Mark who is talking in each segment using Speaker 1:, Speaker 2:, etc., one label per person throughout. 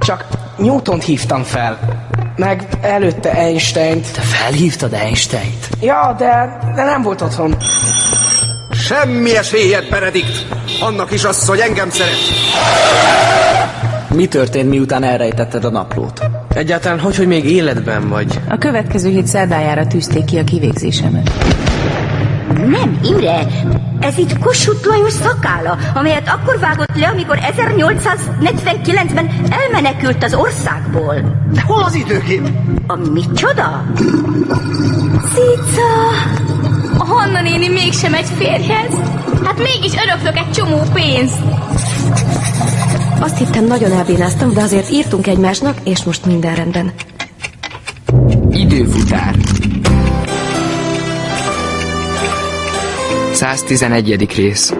Speaker 1: Csak Newtont hívtam fel. Meg előtte Einsteint.
Speaker 2: Te felhívtad Einsteint?
Speaker 1: Ja, de, de nem volt otthon.
Speaker 3: Semmi esélyed, Benedikt! Annak is az, hogy engem szeret!
Speaker 2: Mi történt, miután elrejtetted a naplót?
Speaker 4: Egyáltalán hogy, hogy még életben vagy?
Speaker 5: A következő hét szerdájára tűzték ki a kivégzésemet.
Speaker 6: Nem, Imre! Ez itt Kossuth Lajos szakála, amelyet akkor vágott le, amikor 1849-ben elmenekült az országból.
Speaker 7: De hol az időkép?
Speaker 6: A micsoda? Cica!
Speaker 8: A Hanna néni mégsem egy férjhez. Hát mégis öröklök egy csomó pénzt.
Speaker 9: Azt hittem, nagyon elbénáztam, de azért írtunk egymásnak, és most minden rendben.
Speaker 10: Időfutár 111. rész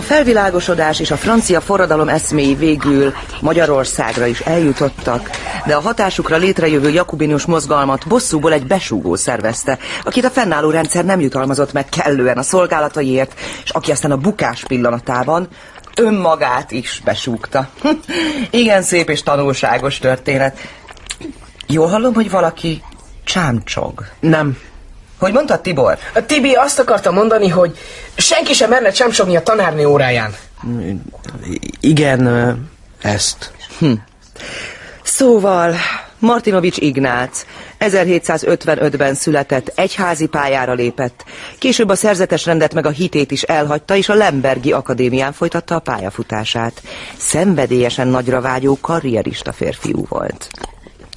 Speaker 11: felvilágosodás és a francia forradalom eszméi végül Magyarországra is eljutottak, de a hatásukra létrejövő jakubinus mozgalmat bosszúból egy besúgó szervezte, akit a fennálló rendszer nem jutalmazott meg kellően a szolgálataiért, és aki aztán a bukás pillanatában önmagát is besúgta. Igen szép és tanulságos történet. Jól hallom, hogy valaki csámcsog.
Speaker 4: Nem,
Speaker 11: hogy mondta Tibor?
Speaker 1: A Tibi azt akarta mondani, hogy senki sem merne csemsogni a tanárnő óráján.
Speaker 4: Igen, ezt. Hm.
Speaker 11: Szóval, Martinovics Ignác 1755-ben született, egyházi pályára lépett. Később a szerzetes rendet meg a hitét is elhagyta, és a Lembergi Akadémián folytatta a pályafutását. Szenvedélyesen nagyra vágyó karrierista férfiú volt.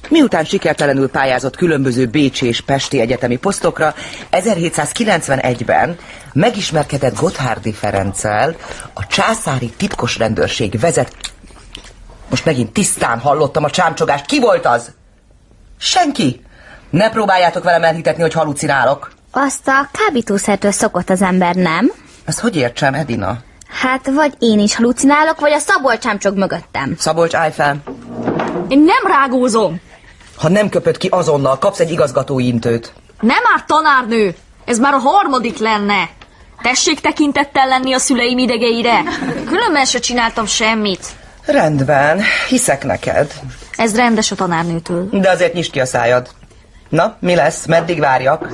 Speaker 11: Miután sikertelenül pályázott különböző bécsi és pesti egyetemi posztokra, 1791-ben megismerkedett Gotthárdi Ferenccel, a császári titkos rendőrség vezet... Most megint tisztán hallottam a csámcsogást. Ki volt az? Senki! Ne próbáljátok velem elhitetni, hogy halucinálok.
Speaker 12: Azt a kábítószertől szokott az ember, nem?
Speaker 11: Ezt hogy értsem, Edina?
Speaker 12: Hát vagy én is halucinálok, vagy a Szabolcs csámcsog mögöttem.
Speaker 11: Szabolcs, állj fel!
Speaker 8: Én nem rágózom!
Speaker 11: Ha nem köpöd ki azonnal, kapsz egy igazgatói intőt.
Speaker 8: Nem már tanárnő! Ez már a harmadik lenne! Tessék tekintettel lenni a szüleim idegeire! Különben se csináltam semmit.
Speaker 11: Rendben, hiszek neked.
Speaker 8: Ez rendes a tanárnőtől.
Speaker 11: De azért nyisd ki a szájad. Na, mi lesz? Meddig várjak?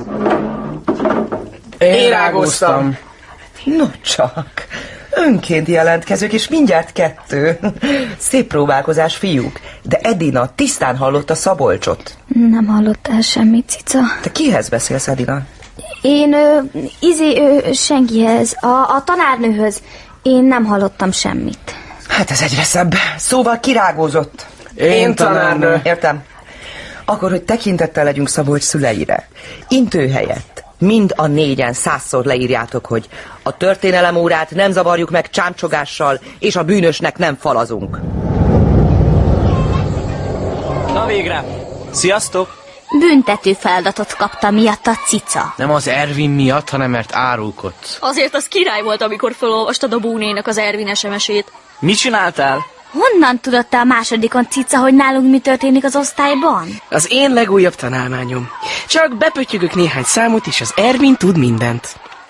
Speaker 1: Én, Én rágóztam.
Speaker 11: No csak, önként jelentkezők, és mindjárt kettő. Szép próbálkozás, fiúk. De Edina tisztán hallotta Szabolcsot.
Speaker 12: Nem hallottál semmit, cica.
Speaker 11: Te kihez beszélsz, Edina?
Speaker 12: Én, ö, izé, ö, senkihez, a, a tanárnőhöz. Én nem hallottam semmit.
Speaker 11: Hát ez egyre szebb. Szóval kirágózott.
Speaker 1: Én, Én tanárnő. tanárnő.
Speaker 11: Értem. Akkor, hogy tekintettel legyünk Szabolcs szüleire. Intő helyett mind a négyen százszor leírjátok, hogy a történelem órát nem zavarjuk meg csámcsogással, és a bűnösnek nem falazunk.
Speaker 13: Na végre! Sziasztok!
Speaker 12: Büntető feladatot kapta miatt a cica.
Speaker 4: Nem az Ervin miatt, hanem mert árulkodsz.
Speaker 8: Azért az király volt, amikor felolvastad a búnének az Ervin SMS-ét.
Speaker 13: Mit csináltál?
Speaker 12: Honnan tudott te a másodikon, cica, hogy nálunk mi történik az osztályban?
Speaker 1: Az én legújabb tanálmányom. Csak bepötyögök néhány számot, és az Ervin tud mindent.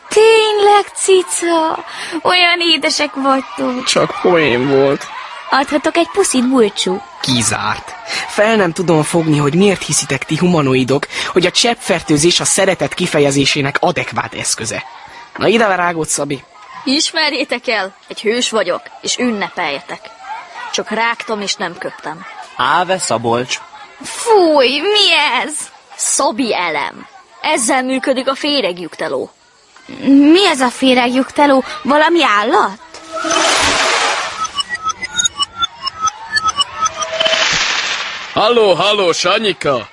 Speaker 12: Tényleg, cica? Olyan édesek vagytok.
Speaker 4: Csak poén volt.
Speaker 12: Adhatok egy puszit, bulcsú?
Speaker 1: Kizárt. Fel nem tudom fogni, hogy miért hiszitek ti humanoidok, hogy a cseppfertőzés a szeretet kifejezésének adekvát eszköze. Na ide rágott, Szabi.
Speaker 8: Ismerjétek el, egy hős vagyok, és ünnepeljetek. Csak rágtam és nem köptem.
Speaker 13: Áve Szabolcs.
Speaker 12: Fúj, mi ez?
Speaker 8: Szabi elem. Ezzel működik a féregjukteló.
Speaker 12: Mi ez a féregjukteló? Valami állat?
Speaker 14: Halló, halló, Sanyika!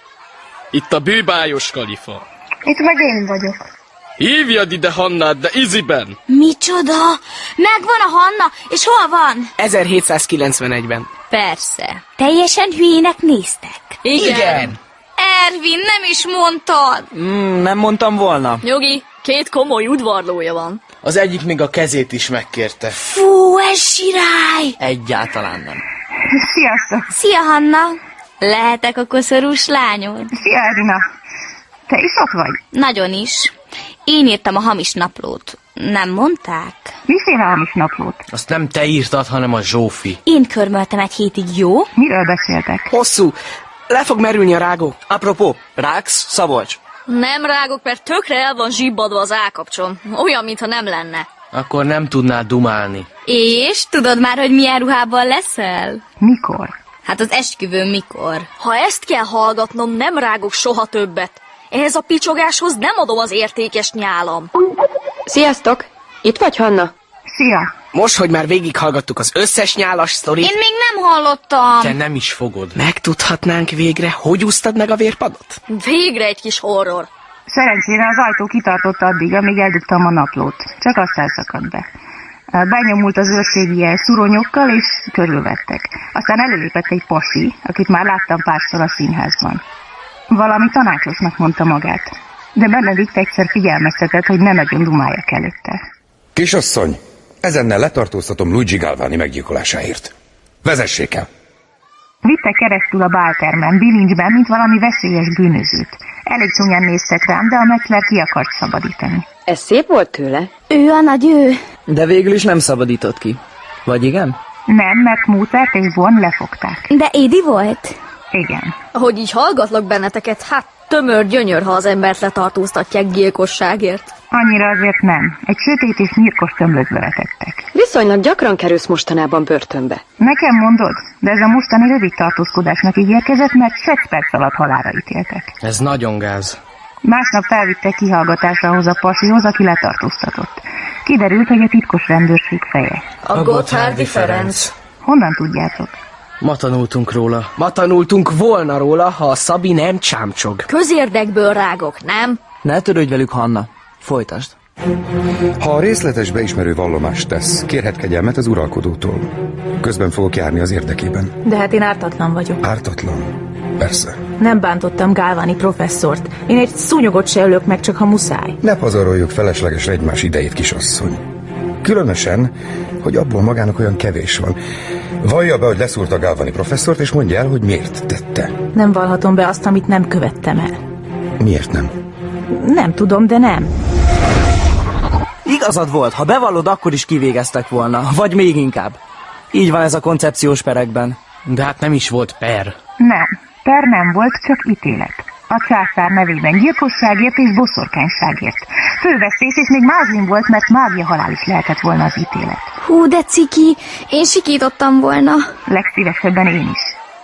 Speaker 14: Itt a bűbájos kalifa.
Speaker 15: Itt meg én vagyok.
Speaker 14: Hívjad ide Hannát, de iziben!
Speaker 12: Micsoda? Megvan a Hanna, és hol van?
Speaker 1: 1791-ben.
Speaker 8: Persze.
Speaker 12: Teljesen hülyének néztek.
Speaker 8: Ervin, nem is mondtad!
Speaker 1: Hmm.
Speaker 16: Mm, nem mondtam volna.
Speaker 8: Nyugi, két komoly udvarlója van.
Speaker 4: Az egyik még a kezét is megkérte.
Speaker 12: Fú, ez sirály!
Speaker 16: Egyáltalán nem.
Speaker 15: Sziasztok!
Speaker 12: Szia, Hanna!
Speaker 8: Lehetek a koszorús lányod?
Speaker 15: Szia, Erina! Te is ott vagy?
Speaker 8: Nagyon is. Én írtam a hamis naplót. Nem mondták?
Speaker 15: Miféle hamis naplót?
Speaker 4: Azt nem te írtad, hanem a Zsófi.
Speaker 12: Én körmöltem egy hétig, jó?
Speaker 15: Miről beszéltek?
Speaker 1: Hosszú. Le fog merülni a rágó.
Speaker 16: Apropó, ráksz, Szabolcs.
Speaker 8: Nem rágok, mert tökre el van zsibbadva az állkapcsom. Olyan, mintha nem lenne.
Speaker 4: Akkor nem tudnál dumálni.
Speaker 8: És?
Speaker 15: Tudod
Speaker 8: már, hogy milyen ruhában leszel?
Speaker 15: Mikor?
Speaker 8: Hát az esküvőn mikor? Ha ezt kell hallgatnom, nem rágok soha többet. Ehhez a picsogáshoz nem adom az értékes nyálam.
Speaker 9: Sziasztok! Itt vagy, Hanna?
Speaker 15: Szia!
Speaker 1: Most, hogy már végighallgattuk az összes nyálas sztorit,
Speaker 8: Én még nem hallottam.
Speaker 1: Te nem is fogod. Megtudhatnánk végre, hogy úsztad meg a vérpadot?
Speaker 8: Végre egy kis horror.
Speaker 15: Szerencsére az ajtó kitartott addig, amíg eldugtam a naplót. Csak aztán szakadt be. Benyomult az őrségi jel szuronyokkal, és körülvettek. Aztán előlépett egy pasi, akit már láttam párszor a színházban. Valami tanácsosnak mondta magát. De Benedikt egyszer figyelmeztetett, hogy ne nagyon dumáljak előtte.
Speaker 17: Kisasszony, ezennel letartóztatom Luigi Galvani meggyilkolásáért. Vezessék el!
Speaker 15: Vitte keresztül a báltermen, bilincsben, mint valami veszélyes bűnözőt. Elég csúnyán néztek rám, de a Metzler ki akart szabadítani.
Speaker 9: Ez szép volt tőle.
Speaker 12: Ő a nagy ő.
Speaker 2: De végül is nem szabadított ki. Vagy igen?
Speaker 15: Nem, mert Mútert és Bon lefogták.
Speaker 12: De Édi volt?
Speaker 15: Igen.
Speaker 8: Ahogy így hallgatlak benneteket, hát tömör gyönyör, ha az embert letartóztatják gyilkosságért.
Speaker 15: Annyira azért nem. Egy sötét és nyírkos tömlötbe vetettek.
Speaker 9: Viszonylag gyakran kerülsz mostanában börtönbe.
Speaker 15: Nekem mondod, de ez a mostani rövid tartózkodásnak ígérkezett, mert 6 perc alatt halára ítéltek.
Speaker 4: Ez nagyon gáz.
Speaker 15: Másnap felvitte kihallgatásra ahhoz a pasihoz, aki letartóztatott. Kiderült, hogy a titkos rendőrség feje.
Speaker 4: A Gotthárdi Ferenc.
Speaker 15: Honnan tudjátok?
Speaker 4: Ma tanultunk róla.
Speaker 1: Ma tanultunk volna róla, ha a Szabi nem csámcsog.
Speaker 8: Közérdekből rágok, nem?
Speaker 2: Ne törődj velük, Hanna. Folytasd.
Speaker 17: Ha a részletes beismerő vallomást tesz, kérhet kegyelmet az uralkodótól. Közben fogok járni az érdekében.
Speaker 5: De hát én ártatlan vagyok.
Speaker 17: Ártatlan. Persze.
Speaker 5: Nem bántottam Gálváni professzort. Én egy szúnyogot se ölök meg, csak ha muszáj.
Speaker 17: Ne pazaroljuk feleslegesre egymás idejét, kisasszony. Különösen, hogy abból magának olyan kevés van. Vallja be, hogy leszúrta Galvani professzort, és mondja el, hogy miért tette.
Speaker 5: Nem valhatom be azt, amit nem követtem el.
Speaker 17: Miért nem?
Speaker 5: Nem tudom, de nem.
Speaker 2: Igazad volt, ha bevallod, akkor is kivégeztek volna. Vagy még inkább. Így van ez a koncepciós perekben.
Speaker 4: De hát nem is volt per.
Speaker 15: Nem, per nem volt, csak ítélet. A császár nevében gyilkosságért és boszorkányságért. Fővesztés és még mázlin volt, mert mágia halál is lehetett volna az ítélet.
Speaker 12: Hú, de ciki, én sikítottam volna.
Speaker 15: Legszívesebben én is.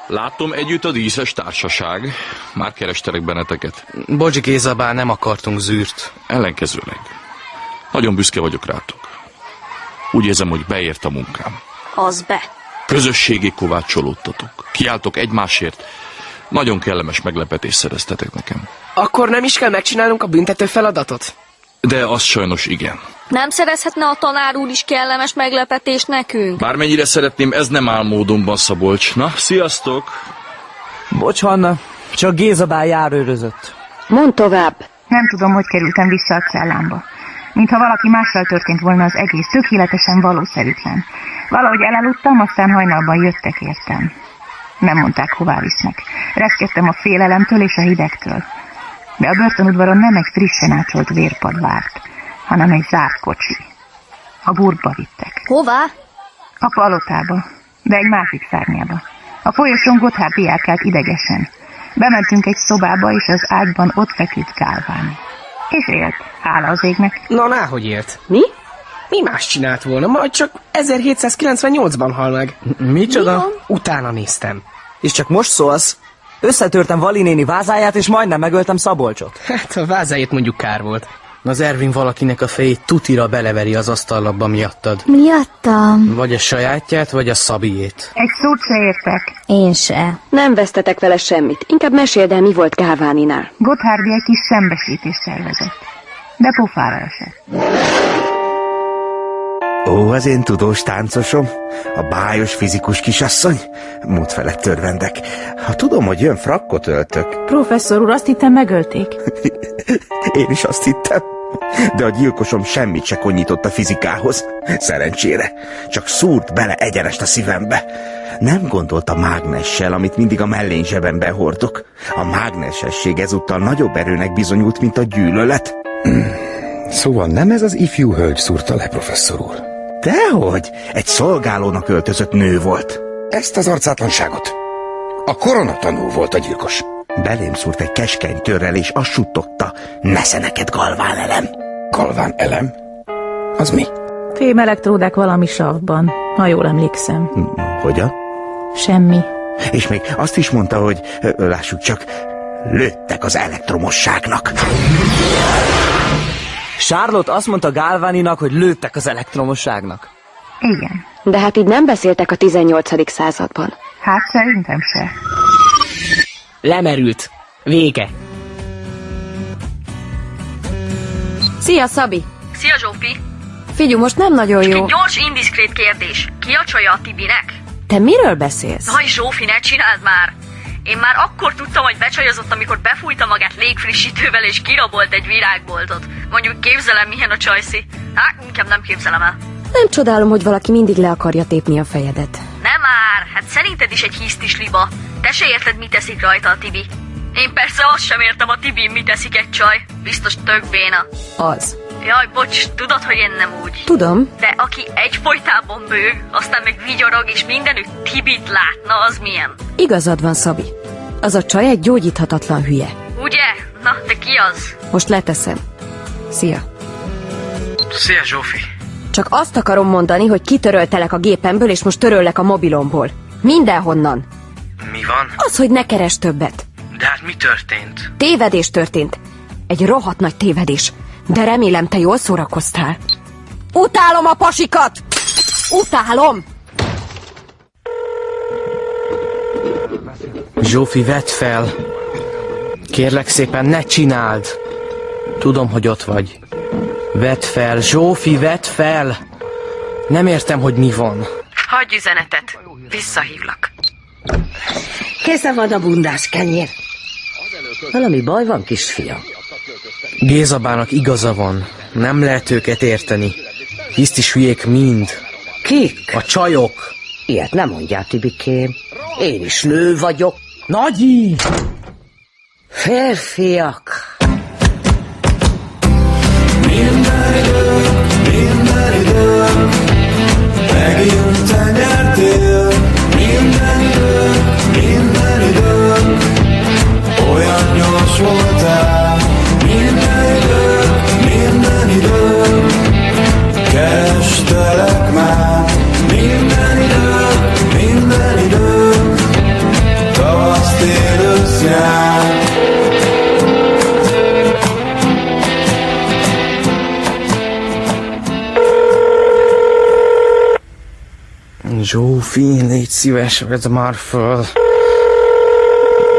Speaker 14: Látom együtt a díszes társaság. Már kerestelek benneteket.
Speaker 4: Bocsi Gézabá, nem akartunk zűrt.
Speaker 14: Ellenkezőleg. Nagyon büszke vagyok rátok. Úgy érzem, hogy beért a munkám.
Speaker 8: Az be.
Speaker 14: Közösségé kovácsolódtatok. Kiáltok egymásért. Nagyon kellemes meglepetést szereztetek nekem.
Speaker 1: Akkor nem is kell megcsinálnunk a büntető feladatot?
Speaker 14: De az sajnos igen.
Speaker 8: Nem szerezhetne a tanár úr is kellemes meglepetést nekünk?
Speaker 14: Bármennyire szeretném, ez nem áll módonban, Szabolcs. Na, sziasztok!
Speaker 2: Bocs, Hanna. Csak Gézabá járőrözött.
Speaker 15: Mondd tovább. Nem tudom, hogy kerültem vissza a cellámba. Mintha valaki mással történt volna az egész, tökéletesen valószerűtlen. Valahogy elaludtam, aztán hajnalban jöttek értem. Nem mondták, hová visznek. Reszkedtem a félelemtől és a hidegtől. De a börtönudvaron nem egy frissen ácsolt vérpad várt, hanem egy zárt kocsi. A burba vittek.
Speaker 8: Hová?
Speaker 15: A palotába, de egy másik szárnyába. A folyosón Gotthard diákát idegesen. Bementünk egy szobába, és az ágyban ott feküdt Gálván. És élt, hála az égnek.
Speaker 1: Na, náhogy élt.
Speaker 9: Mi?
Speaker 1: Mi más csinált volna? Majd csak 1798-ban hal meg.
Speaker 2: Micsoda? Mi
Speaker 1: Utána néztem.
Speaker 2: És csak most szólsz? Összetörtem Valinéni vázáját, és majdnem megöltem Szabolcsot.
Speaker 1: Hát a vázáért mondjuk kár volt.
Speaker 4: Az Ervin valakinek a fejét tutira beleveri az asztallapba miattad.
Speaker 18: Miattam.
Speaker 4: Vagy a sajátját, vagy a szabiét.
Speaker 15: Egy szót se értek.
Speaker 19: Én se. Nem vesztetek vele semmit. Inkább meséld el, mi volt Gáváninál.
Speaker 15: Gotthárdi egy kis szembesítést szervezett. De pofára esett.
Speaker 20: Ó, az én tudós táncosom, a bájos fizikus kisasszony. Múlt felett törvendek. Ha tudom, hogy jön, frakkot öltök.
Speaker 5: Professzor úr, azt hittem megölték.
Speaker 20: Én is azt hittem. De a gyilkosom semmit se konyított a fizikához. Szerencsére. Csak szúrt bele egyenest a szívembe. Nem gondolt a mágnessel, amit mindig a mellén zsebembe hordok. A mágnesesség ezúttal nagyobb erőnek bizonyult, mint a gyűlölet.
Speaker 21: Hmm. Szóval nem ez az ifjú hölgy szúrta le, professzor úr?
Speaker 20: Dehogy! Egy szolgálónak öltözött nő volt.
Speaker 21: Ezt az arcátlanságot! A koronatanú volt a gyilkos.
Speaker 20: Belém szúrt egy keskeny törrel, és azt suttogta, nesze neked galván elem.
Speaker 21: Galván elem? Az mi?
Speaker 5: Fém elektródák valami savban, ha jól emlékszem.
Speaker 20: Hogyan?
Speaker 5: Semmi.
Speaker 20: És még azt is mondta, hogy ö, ö, lássuk csak, lőttek az elektromosságnak.
Speaker 2: Charlotte azt mondta Gálváninak, hogy lőttek az elektromosságnak.
Speaker 15: Igen.
Speaker 19: De hát így nem beszéltek a 18. században.
Speaker 15: Hát szerintem se.
Speaker 1: Lemerült. Vége.
Speaker 9: Szia, Szabi!
Speaker 8: Szia, Zsófi!
Speaker 9: Figyú, most nem nagyon
Speaker 8: Csak
Speaker 9: jó.
Speaker 8: egy gyors, indiszkrét kérdés. Ki a csaja a Tibinek?
Speaker 9: Te miről beszélsz?
Speaker 8: Nagy Zsófi, ne csináld már! Én már akkor tudtam, hogy becsajozott, amikor befújta magát légfrissítővel és kirabolt egy virágboltot. Mondjuk képzelem, milyen a csajszi. Hát, inkább nem képzelem el.
Speaker 9: Nem csodálom, hogy valaki mindig le akarja tépni a fejedet.
Speaker 8: Nem már, hát szerinted is egy hisztis liba. Te se érted, mit teszik rajta a Tibi. Én persze azt sem értem a Tibin, mit teszik egy csaj. Biztos tök béna.
Speaker 9: Az.
Speaker 8: Jaj, bocs, tudod, hogy én nem úgy.
Speaker 9: Tudom.
Speaker 8: De aki egyfolytában bőg, aztán meg vigyorog, és mindenütt Tibit látna, az milyen?
Speaker 9: Igazad van, Szabi. Az a csaj egy gyógyíthatatlan hülye.
Speaker 8: Ugye? Na, de ki az?
Speaker 9: Most leteszem. Szia.
Speaker 4: Szia, Zsófi!
Speaker 9: Csak azt akarom mondani, hogy kitöröltelek a gépemből, és most töröllek a mobilomból. Mindenhonnan.
Speaker 4: Mi van?
Speaker 9: Az, hogy ne keres többet.
Speaker 4: De hát mi történt?
Speaker 9: Tévedés történt. Egy rohadt nagy tévedés. De remélem, te jól szórakoztál. Utálom a pasikat! Utálom!
Speaker 4: Zsófi, vedd fel! Kérlek szépen, ne csináld! Tudom, hogy ott vagy. Vedd fel, Zsófi, vedd fel! Nem értem, hogy mi van.
Speaker 22: Hagyj üzenetet, visszahívlak.
Speaker 11: Készen van a bundás kenyér. Valami baj van, kisfiam?
Speaker 4: Gézabának igaza van. Nem lehet őket érteni. Hisztis hülyék mind.
Speaker 11: Kik?
Speaker 4: A csajok.
Speaker 11: Ilyet nem mondjál, Tibikém. Én is nő vagyok. Nagyi! Férfiak!
Speaker 23: Megjött a nyert idő, minden idő, minden idő, olyan gyors voltál. Minden idő, minden idő, kerestelek már. Minden idő, minden idő, tavaszt, tél, ősz, nyár.
Speaker 4: Zsófi, légy szíves, vedd már föl.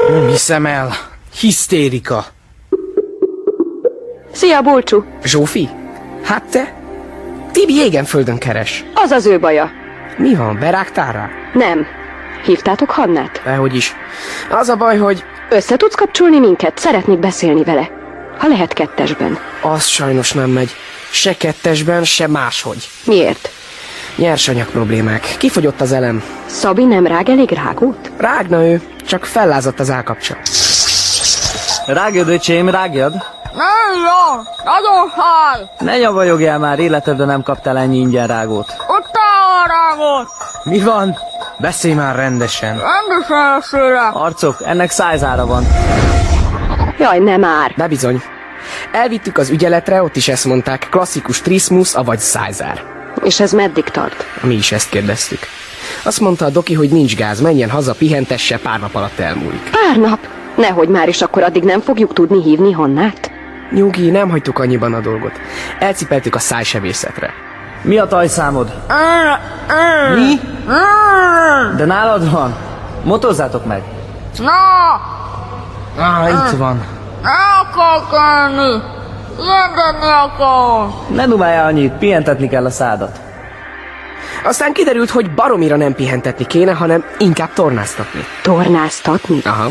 Speaker 4: Nem hiszem el. Hisztérika.
Speaker 19: Szia, Bulcsú!
Speaker 1: Zsófi? Hát te? Tibi égen földön keres.
Speaker 19: Az az ő baja.
Speaker 1: Mi van, berágtál rá?
Speaker 19: Nem. Hívtátok Hannát?
Speaker 1: Dehogy is. Az a baj, hogy...
Speaker 19: Össze tudsz kapcsolni minket? Szeretnék beszélni vele. Ha lehet kettesben.
Speaker 1: Az sajnos nem megy. Se kettesben, se máshogy.
Speaker 19: Miért?
Speaker 1: Nyersanyag problémák. Kifogyott az elem.
Speaker 19: Szabi nem rág elég rágót?
Speaker 1: Rágna ő, csak fellázadt az állkapcsa.
Speaker 2: Rágjad, öcsém, rágjad.
Speaker 24: Nem jó, nagyon fáj.
Speaker 2: Ne nyavajogj el már, életedben nem kaptál ennyi ingyen rágót.
Speaker 24: Utálom rágot.
Speaker 2: Mi van? Beszélj már rendesen.
Speaker 24: Nem is elsőre.
Speaker 2: Arcok, ennek szájzára van.
Speaker 19: Jaj, nem már.
Speaker 1: De bizony. Elvittük az ügyeletre, ott is ezt mondták, klasszikus trismus, avagy szájzár.
Speaker 19: És ez meddig tart?
Speaker 1: Mi is ezt kérdeztük. Azt mondta a doki, hogy nincs gáz, menjen haza, pihentesse, pár nap alatt elmúlik.
Speaker 19: Pár nap. Nehogy már is akkor addig nem fogjuk tudni hívni Hannát.
Speaker 1: Nyugi, nem hagytuk annyiban a dolgot. Elcipeltük a szájsebészetre.
Speaker 2: Mi a tajszámod?
Speaker 8: Mi?
Speaker 2: De nálad van? Motozzátok meg. Ah.
Speaker 8: Na,
Speaker 2: Á, itt van.
Speaker 8: el akarok lenni. Érdeni akarok.
Speaker 2: Ne dumáljál annyit, pihentetni kell a szádat.
Speaker 1: Aztán kiderült, hogy baromira nem pihentetni kéne, hanem inkább tornáztatni.
Speaker 9: Tornáztatni?
Speaker 1: Aha.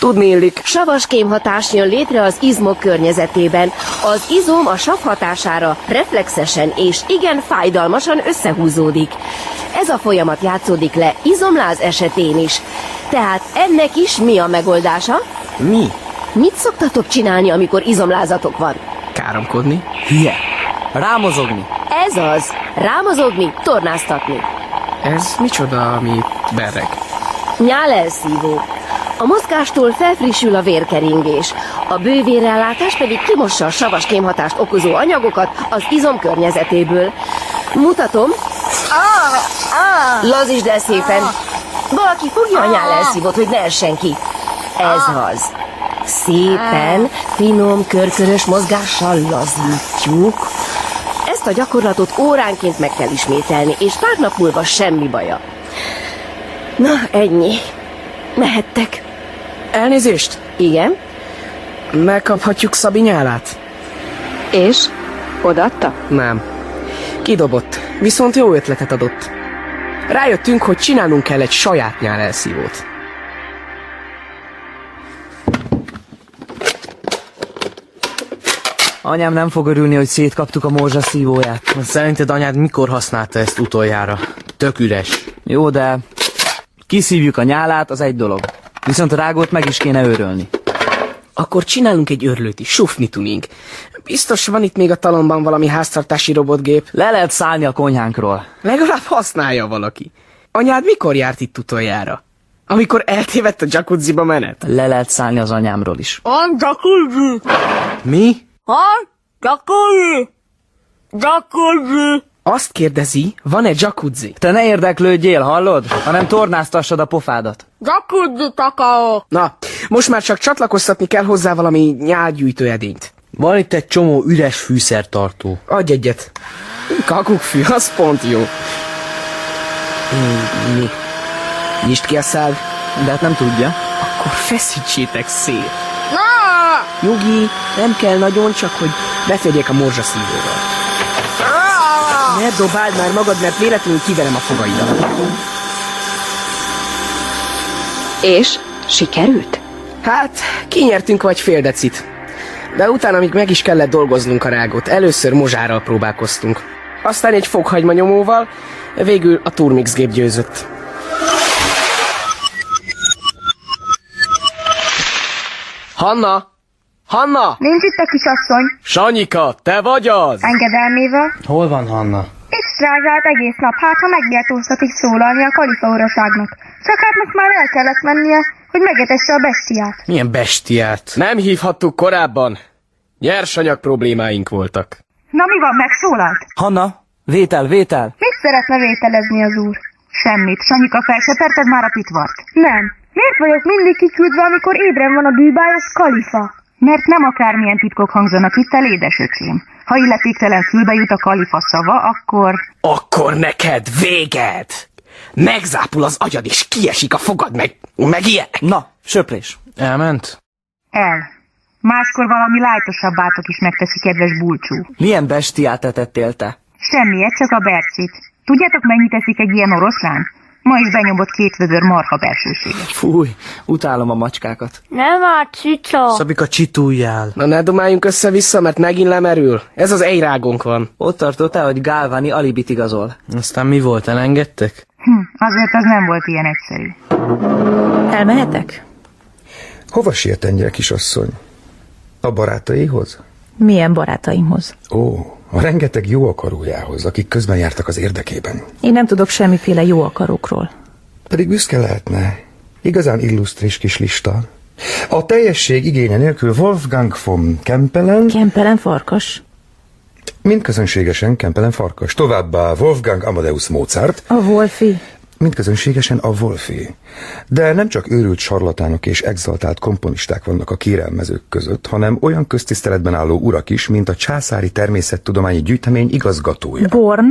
Speaker 1: Tudni illik,
Speaker 19: Savaském hatás jön létre az izmok környezetében. Az izom a sav hatására reflexesen és igen fájdalmasan összehúzódik. Ez a folyamat játszódik le izomláz esetén is. Tehát ennek is mi a megoldása?
Speaker 2: Mi?
Speaker 19: Mit szoktatok csinálni, amikor izomlázatok van?
Speaker 1: Káromkodni?
Speaker 2: Hülye. Rámozogni.
Speaker 19: Ez az. Rámozogni, tornáztatni.
Speaker 1: Ez micsoda, ami berreg?
Speaker 19: Nyál elszívó. A mozgástól felfrissül a vérkeringés, a bővérellátás pedig kimossa a savas kémhatást okozó anyagokat az izom környezetéből. Mutatom.
Speaker 25: Ah,
Speaker 19: Lazítsd el szépen. Valaki fogja a nyál elszívót, hogy ne essen ki. Ez az. Szépen, finom, körkörös mozgással lazítjuk. Ezt a gyakorlatot óránként meg kell ismételni, és pár nap múlva semmi baja. Na, ennyi. Mehettek.
Speaker 1: Elnézést?
Speaker 19: Igen?
Speaker 1: Megkaphatjuk Szabi nyálát?
Speaker 9: És? Odaadta?
Speaker 1: Nem. Kidobott, viszont jó ötletet adott. Rájöttünk, hogy csinálnunk kell egy saját nyál elszívót.
Speaker 2: Anyám nem fog örülni, hogy szétkaptuk a morzsaszívóját.
Speaker 4: Szerinted anyád mikor használta ezt utoljára? Tök üres.
Speaker 2: Jó, de kiszívjuk a nyálát, az egy dolog. Viszont a rágót meg is kéne őrölni.
Speaker 1: Akkor csinálunk egy örlőt is, sufni tuning. Biztos van itt még a talomban valami háztartási robotgép.
Speaker 2: Le lehet szállni a konyhánkról.
Speaker 1: Legalább használja valaki. Anyád mikor járt itt utoljára? Amikor eltévedt a jacuzziba menet?
Speaker 2: Le lehet szállni az anyámról is.
Speaker 8: Van jacuzzi.
Speaker 1: Mi?
Speaker 8: Van jacuzzi. Jacuzzi.
Speaker 1: Azt kérdezi, van-e jacuzzi?
Speaker 2: Te ne érdeklődjél, hallod? Hanem tornáztassad a pofádat.
Speaker 8: Jacuzzi takarok.
Speaker 1: Na, most már csak csatlakoztatni kell hozzá valami nyálgyűjtő edényt.
Speaker 4: Van itt egy csomó üres fűszertartó.
Speaker 1: Adj egyet. Kakukkfű, az pont jó. Mm, Mi? Nyisd ki a szád,
Speaker 2: De hát nem tudja.
Speaker 1: akkor feszítsétek szét.
Speaker 8: Na,
Speaker 1: Nyugi, nem kell nagyon, csak hogy befedjek a morzsaszívóval. Ne dobáld már magad, mert véletlenül kiverem a fogaidat.
Speaker 9: És? Sikerült?
Speaker 1: Hát, kinyertünk vagy fél decit. De utána még meg is kellett dolgoznunk a rágot. Először mozsárral próbálkoztunk. Aztán egy fokhagyma nyomóval, végül a turmix gép győzött. Hanna! Hanna!
Speaker 15: Nincs itt a kisasszony.
Speaker 4: Sanyika, te vagy az?
Speaker 15: Engedelmével.
Speaker 4: Hol van Hanna?
Speaker 15: Itt strázsált egész nap, hát ha meggyiltóztatik szólalni a kalifa uraságnak. Csak hát most már el kellett mennie, hogy megetesse a bestiát.
Speaker 4: Milyen bestiát.
Speaker 1: Nem hívhattuk korábban. Nyersanyag problémáink voltak.
Speaker 15: Na mi van, megszólalt?
Speaker 2: Hanna, vétel, vétel.
Speaker 15: Mit szeretne vételezni az úr? Semmit. Sanyika, felseperted már a pitvart? Nem. Miért vagyok mindig kiküldve, amikor ébren van a bűbájos kalifa? Mert nem akármilyen titkok hangzanak itt el, édesöcsém. Ha illetéktelen fülbe jut a kalifa szava, akkor...
Speaker 1: Akkor neked véged! Megzápul az agyad, és kiesik a fogad, meg, meg ilyenek.
Speaker 2: Na, söprés.
Speaker 4: Elment?
Speaker 15: El. Máskor valami lájtosabb átok is megteszi, kedves bulcsú.
Speaker 2: Milyen bestiát etettél te?
Speaker 15: Semmiért, csak a bercsit. Tudjátok, mennyit eszik egy ilyen oroszlán? Ma is benyomott két vödör marha belsőséget.
Speaker 2: Fúj, utálom a macskákat.
Speaker 26: Nem a cica.
Speaker 4: Szabika, csituljál.
Speaker 1: Na ne dumáljunk össze-vissza, mert megint lemerül. Ez az ejrágónk van.
Speaker 2: Ott tartottál, hogy Gálváni alibit igazol.
Speaker 4: Aztán mi volt, elengedtek?
Speaker 15: Hm, azért az nem volt ilyen egyszerű.
Speaker 5: Elmehetek?
Speaker 17: Hova siet ennyire, kisasszony? A barátaihoz?
Speaker 5: Milyen barátaimhoz?
Speaker 17: Ó, a rengeteg jó akarójához, akik közben jártak az érdekében.
Speaker 5: Én nem tudok semmiféle jó akarókról.
Speaker 17: Pedig büszke lehetne. Igazán illusztris kis lista. A teljesség igénye nélkül Wolfgang von Kempelen,
Speaker 5: Kempelen farkas?
Speaker 17: mind közönségesen Kempelen farkas, továbbá Wolfgang Amadeus Mozart,
Speaker 5: A Wolfi.
Speaker 17: mindközönségesen a Wolfi. De nem csak őrült sarlatánok és exaltált komponisták vannak a kérelmezők között, hanem olyan köztiszteletben álló urak is, mint a Császári Természettudományi Gyűjtemény igazgatója.
Speaker 5: Born.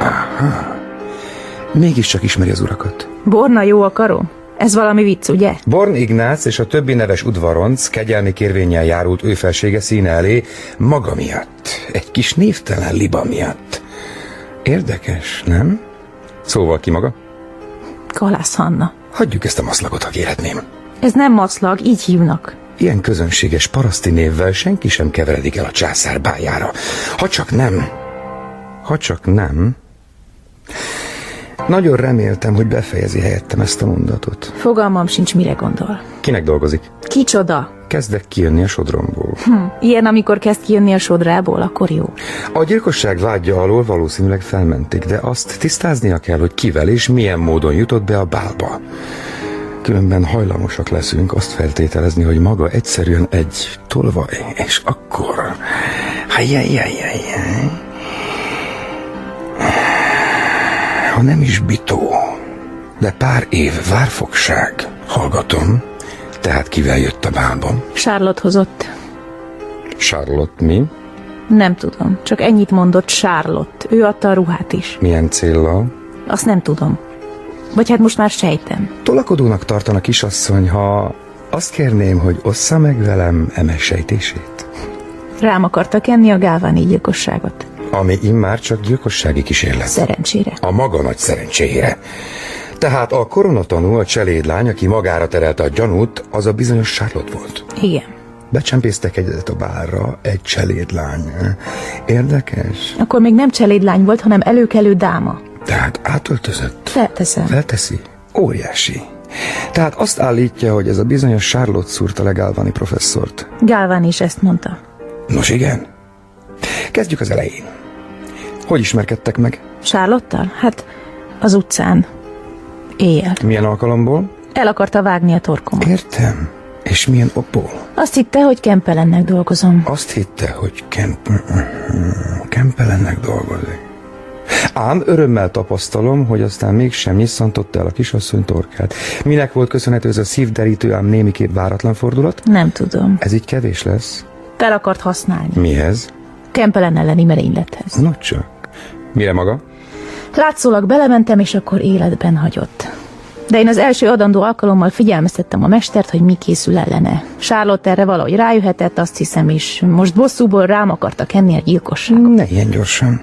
Speaker 17: Aha. Mégiscsak ismeri az urakat.
Speaker 5: Borna jó akaró? Ez valami vicc, ugye?
Speaker 17: Born Ignác és a többi neves udvaronc kegyelmi kérvényel járult ő felsége színe elé maga miatt, egy kis névtelen liba miatt. Érdekes, nem? Szóval ki maga?
Speaker 5: Kalász Hanna.
Speaker 17: Hagyjuk ezt a maszlagot, ha kérhetném.
Speaker 5: Ez nem maszlag, így hívnak.
Speaker 17: Ilyen közönséges paraszti névvel senki sem keveredik el a császár bájára. Ha csak nem... Ha csak nem... Nagyon reméltem, hogy befejezi helyettem ezt a mondatot.
Speaker 5: Fogalmam sincs, mire gondol.
Speaker 17: Kinek dolgozik?
Speaker 5: Kicsoda?
Speaker 17: Kezdek kijönni a sodromból.
Speaker 5: Hm. Ilyen, amikor kezd kijönni a sodrából, akkor jó.
Speaker 17: A gyilkosság vágya alól valószínűleg felmentik, de azt tisztáznia kell, hogy kivel és milyen módon jutott be a bálba. Különben hajlamosak leszünk azt feltételezni, hogy maga egyszerűen egy tolvaj, és akkor... Hajjajjajjajjaj. Ha nem is bitó, de pár év várfogság. Hallgatom, tehát kivel jött a bálba?
Speaker 5: Charlotte hozott.
Speaker 17: Charlotte mi?
Speaker 5: Nem tudom. Csak ennyit mondott Charlotte. Ő adta a ruhát is.
Speaker 17: Milyen céllal?
Speaker 5: Azt nem tudom. Vagy hát most már sejtem.
Speaker 17: Tolakodónak tartana kisasszony, ha azt kérném, hogy ossza meg velem e emes sejtését.
Speaker 5: Rám akartak enni a gáváni gyilkosságot.
Speaker 17: Ami immár csak gyilkossági kísérlet.
Speaker 5: Szerencsére.
Speaker 17: A maga nagy szerencséjére. Tehát a koronatanú, a cselédlány, aki magára terelte a gyanút, az a bizonyos Charlotte volt.
Speaker 5: Igen.
Speaker 17: Becsempésztek egyet a bárra, egy cselédlány. Érdekes.
Speaker 5: Akkor még nem cselédlány volt, hanem előkelő dáma.
Speaker 17: Tehát átöltözött.
Speaker 5: Felteszem.
Speaker 17: Felteszi? Óriási. Tehát azt állítja, hogy ez a bizonyos Charlotte szúrta legálvani professzort.
Speaker 5: Gálván is ezt mondta.
Speaker 17: Nos igen. Kezdjük az elején. Hogy ismerkedtek meg?
Speaker 5: Charlottal? Hát az utcán. Éjjel.
Speaker 17: Milyen alkalomból?
Speaker 5: El akarta vágni a torkomat.
Speaker 17: Értem. És milyen opó?
Speaker 5: Azt hitte, hogy Kempelennek dolgozom.
Speaker 17: Azt hitte, hogy Kemp... Kempelennek dolgozik. Ám örömmel tapasztalom, hogy aztán mégsem nyisszantotta el a kisasszony torkát. Minek volt köszönhető ez a szívderítő, ám némiképp váratlan fordulat?
Speaker 5: Nem tudom.
Speaker 17: Ez így kevés lesz.
Speaker 5: Fel akart használni.
Speaker 17: Mihez?
Speaker 5: Kempelen elleni merénylethez.
Speaker 17: No csak. Mire maga?
Speaker 5: Látszólag belementem, és akkor életben hagyott. De én az első adandó alkalommal figyelmeztettem a mestert, hogy mi készül ellene. Charlotte erre valahogy rájöhetett, azt hiszem is. Most bosszúból rám akarta kenni a gyilkosságot.
Speaker 17: Ne ilyen gyorsan.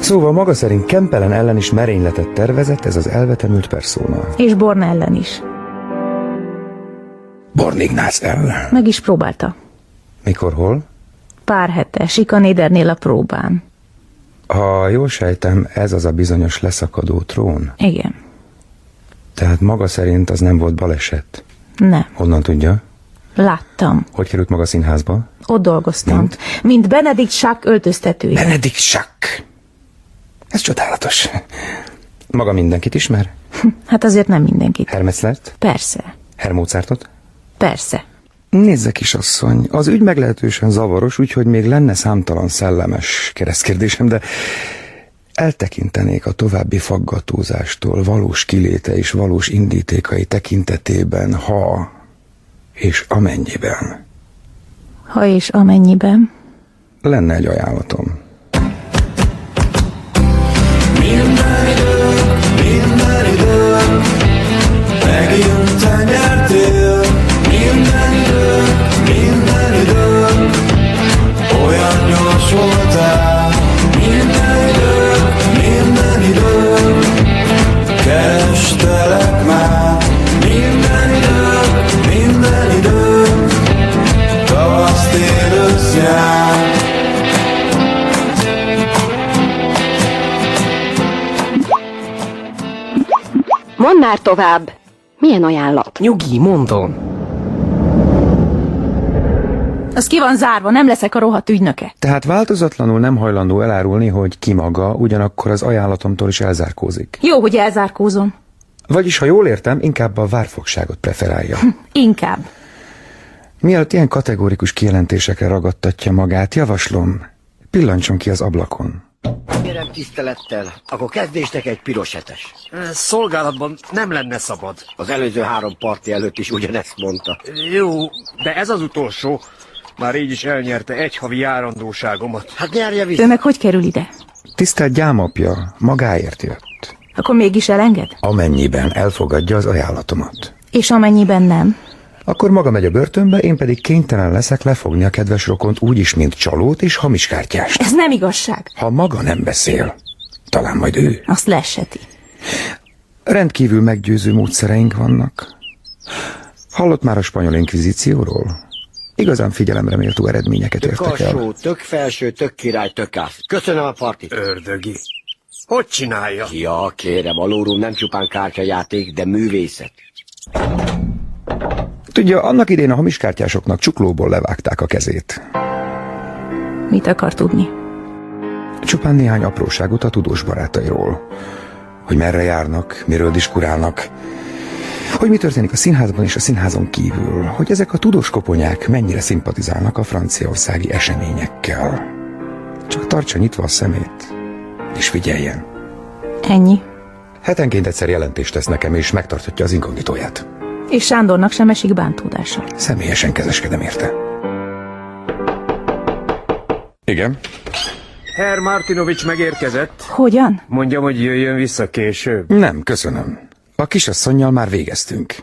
Speaker 17: Szóval maga szerint Kempelen ellen is merényletet tervezett ez az elvetemült perszóna.
Speaker 5: És Born ellen is.
Speaker 17: Bornignác ellen?
Speaker 5: Meg is próbálta.
Speaker 17: Mikor hol?
Speaker 5: Pár hete, sikanédernél a próbán.
Speaker 17: Ha jól sejtem, ez az a bizonyos leszakadó trón.
Speaker 5: Igen.
Speaker 17: Tehát maga szerint az nem volt baleset.
Speaker 5: Nem.
Speaker 17: Honnan tudja?
Speaker 5: Láttam.
Speaker 17: Hogy került maga a színházba?
Speaker 5: Ott dolgoztam. Mint, Mint Benedikt Sák öltöztetője.
Speaker 17: Benedikt Sack. Ez csodálatos. Maga mindenkit ismer?
Speaker 5: Hát azért nem mindenkit.
Speaker 17: Hermetzlert?
Speaker 5: Persze.
Speaker 17: Hermócártot?
Speaker 5: Persze.
Speaker 17: Nézze, kisasszony, az ügy meglehetősen zavaros, úgyhogy még lenne számtalan szellemes keresztkérdésem, de eltekintenék a további faggatózástól valós kiléte és valós indítékai tekintetében, ha és amennyiben.
Speaker 5: Ha és amennyiben.
Speaker 17: Lenne egy ajánlatom.
Speaker 23: Minden idők, minden idők, megint te nyertél. Minden idők, minden idők, olyan gyors voltál. Minden idők, minden idők, kerestelek már. Minden idők, minden idők, tavasz, tél, ősz, nyár.
Speaker 9: Mondd már tovább! Milyen ajánlat?
Speaker 1: Nyugi, mondom.
Speaker 5: Az ki van zárva, nem leszek a rohadt ügynöke.
Speaker 17: Tehát változatlanul nem hajlandó elárulni, hogy ki maga, ugyanakkor az ajánlatomtól is elzárkózik.
Speaker 5: Jó, hogy elzárkózom.
Speaker 17: Vagyis, ha jól értem, inkább a várfogságot preferálja.
Speaker 5: Inkább.
Speaker 17: Mielőtt ilyen kategórikus kijelentésekre ragadtatja magát, javaslom, pillancson ki az ablakon.
Speaker 27: Kérem tisztelettel, akkor kezdéstek egy piros hetes. Szolgálatban nem lenne szabad. Az előző három parti előtt is ugyanezt mondta.
Speaker 20: Jó, de ez az utolsó. Már így is elnyerte egy havi járandóságomat.
Speaker 27: Hát nyerje
Speaker 5: Ő meg hogy kerül ide?
Speaker 17: Tisztelt gyámapja, magáért jött.
Speaker 5: Akkor mégis elenged?
Speaker 17: Amennyiben elfogadja az ajánlatomat.
Speaker 5: És amennyiben nem.
Speaker 17: Akkor maga megy a börtönbe, én pedig kénytelen leszek lefogni a kedves rokont úgy is, mint csalót és hamis kártyást.
Speaker 5: Ez nem igazság.
Speaker 17: Ha maga nem beszél, talán majd ő.
Speaker 5: Azt leeseti.
Speaker 17: Rendkívül meggyőző módszereink vannak. Hallott már a spanyol inkvizícióról? Igazán figyelemre méltó eredményeket értek el.
Speaker 27: Kassó, tök felső, tök király, tök áf. Köszönöm a partit. Ördögi. Hogy csinálja? Ja, kérem, a lórum nem csupán kártyajáték, de művészet.
Speaker 17: Tudja, annak idén a hamiskártyásoknak csuklóból levágták a kezét.
Speaker 5: Mit akar tudni?
Speaker 17: Csupán néhány apróságot a tudós barátairól. Hogy merre járnak, miről diskurálnak. Hogy mi történik a színházban és a színházon kívül. Hogy ezek a tudós koponyák mennyire szimpatizálnak a franciaországi eseményekkel. Csak tartsa nyitva a szemét, és figyeljen.
Speaker 5: Ennyi.
Speaker 17: Hetenként egyszer jelentést tesz nekem, és megtartatja az inkognitóját.
Speaker 5: És Sándornak sem esik bántódása.
Speaker 17: Személyesen kezeskedem érte. Igen?
Speaker 20: Herr Martinovics megérkezett.
Speaker 5: Hogyan?
Speaker 20: Mondjam, hogy jöjjön vissza később.
Speaker 17: Nem, köszönöm. A kisasszonynal már végeztünk.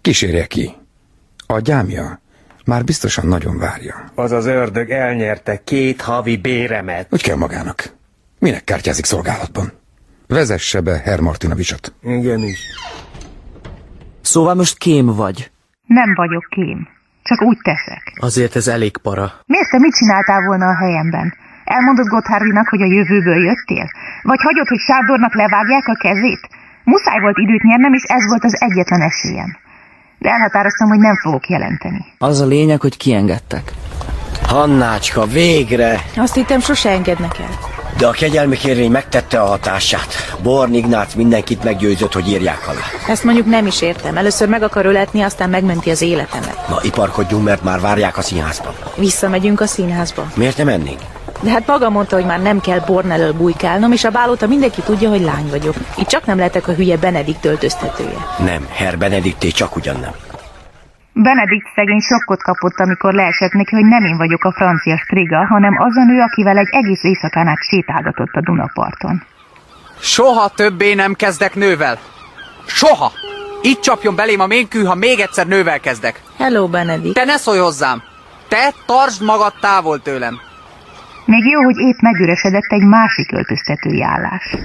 Speaker 17: Kísérje ki. A gyámja már biztosan nagyon várja.
Speaker 20: Az az ördög elnyerte két havi béremet.
Speaker 17: Úgy kell magának. Minek kártyázik szolgálatban? Vezesse be Herr Martinovicsot.
Speaker 20: Igenis.
Speaker 28: Szóval most kém vagy.
Speaker 15: Nem vagyok kém. Csak úgy teszek.
Speaker 4: Azért ez elég para.
Speaker 15: Miért te mit csináltál volna a helyemben? Elmondod Gotthárdinak, hogy a jövőből jöttél? Vagy hagyod, hogy Sándornak levágják a kezét? Muszáj volt időt nyernem, és ez volt az egyetlen esélyem. De elhatároztam, hogy nem fogok jelenteni.
Speaker 28: Az a lényeg, hogy kiengedtek.
Speaker 27: Hannácska, végre!
Speaker 5: Azt hittem, sose engednek el.
Speaker 27: De a kegyelmi kérvény megtette a hatását. Born Ignác mindenkit meggyőzött, hogy írják alá.
Speaker 5: Ezt mondjuk nem is értem. Először meg akar öletni, aztán megmenti az életemet.
Speaker 27: Na, iparkodjunk, mert már várják a színházban.
Speaker 5: Visszamegyünk a színházba.
Speaker 27: Miért nem ennénk?
Speaker 5: De hát maga mondta, hogy már nem kell Born elől bujkálnom, és a bálóta mindenki tudja, hogy lány vagyok. Itt csak nem lehetek a hülye Benedikt öltöztetője.
Speaker 27: Nem, Herr Benedikté csak ugyan nem.
Speaker 15: Benedikt szegény sokkot kapott, amikor leesett neki, hogy nem én vagyok a francia striga, hanem az a nő, akivel egy egész éjszakán át sétálgatott a Dunaparton.
Speaker 2: Soha többé nem kezdek nővel. Soha! Itt csapjon belém a ménkű, ha még egyszer nővel kezdek.
Speaker 5: Hello, Benedikt.
Speaker 2: Te ne szólj hozzám! Te tartsd magad távol tőlem!
Speaker 15: Még jó, hogy épp megüresedett egy másik öltöztetői állás.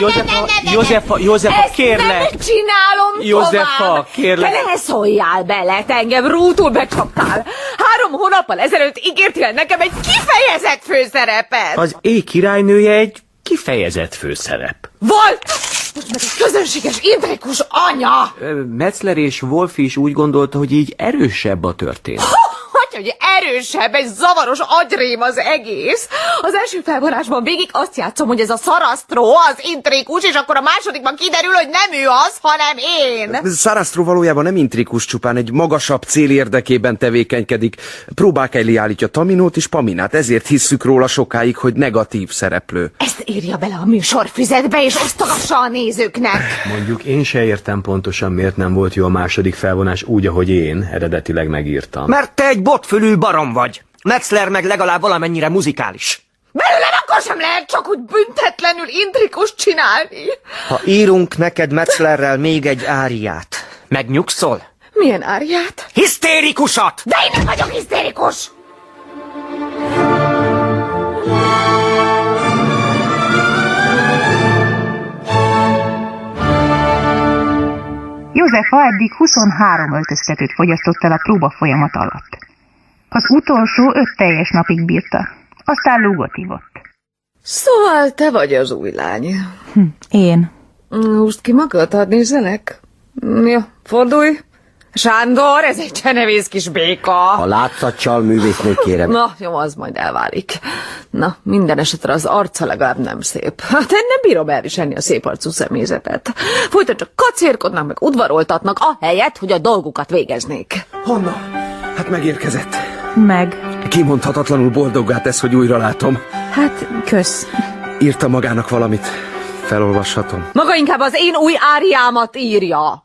Speaker 28: Józefa, Józefa, Józefa, kérlek!
Speaker 25: Nem csinálom
Speaker 28: Józefa,
Speaker 25: tovább.
Speaker 28: kérlek.
Speaker 25: Te ne szóljál bele, te engem rútul becsaptál. Három hónappal ezelőtt ígértél nekem egy kifejezett főszerepet.
Speaker 29: Az éj királynője egy kifejezett főszerep.
Speaker 25: Volt! Most meg egy közönséges, intrikus anya!
Speaker 29: Ö, Metzler és Wolfi is úgy gondolta, hogy így erősebb a történet.
Speaker 25: Hogy, hogy erősebb, egy zavaros agyrém az egész. Az első felborásban végig azt játszom, hogy ez a szarasztró az intrikus, és akkor a másodikban kiderül, hogy nem ő az, hanem én.
Speaker 3: Szarasztró valójában nem intrikus, csupán egy magasabb cél érdekében tevékenykedik. Próbák elé állítja Taminót és Paminát, ezért hisszük róla sokáig, hogy negatív szereplő.
Speaker 25: Ezt írja bele a műsorfüzetbe, és osztogassa a nézőknek.
Speaker 29: Mondjuk én se értem pontosan, miért nem volt jó a második felvonás úgy, ahogy én eredetileg megírtam.
Speaker 30: Mert te egy botfülű barom vagy. Metzler meg legalább valamennyire muzikális.
Speaker 25: Belőlem akkor sem lehet csak úgy büntetlenül intrikus csinálni.
Speaker 30: Ha írunk neked Metzlerrel még egy áriát, megnyugszol?
Speaker 25: Milyen árját?
Speaker 30: Hisztérikusat!
Speaker 25: De én nem vagyok hisztérikus!
Speaker 15: Józefa eddig 23 öltöztetőt fogyasztott el a próba folyamat alatt. Az utolsó öt teljes napig bírta, aztán lúgot ivott.
Speaker 25: Szóval te vagy az új lány.
Speaker 5: Én.
Speaker 25: Húzd ki magad, hadd nézzelek. Ja, fordulj. Sándor, ez egy csenevész kis béka.
Speaker 27: A látszatcsal művésznő kérem.
Speaker 25: Na, jó, az majd elválik. Na, minden esetre az arca legalább nem szép. Hát én nem bírom elviselni a szép arcú személyzetet. Folyton csak kacérkodnak, meg udvaroltatnak, ahelyett, hogy a dolgukat végeznék.
Speaker 3: Honnan? Hát megérkezett.
Speaker 5: Meg.
Speaker 3: Kimondhatatlanul boldoggá tesz, hogy újra látom.
Speaker 5: Hát, kösz.
Speaker 3: Írta magának valamit. Felolvashatom.
Speaker 25: Maga inkább az én új áriámat írja.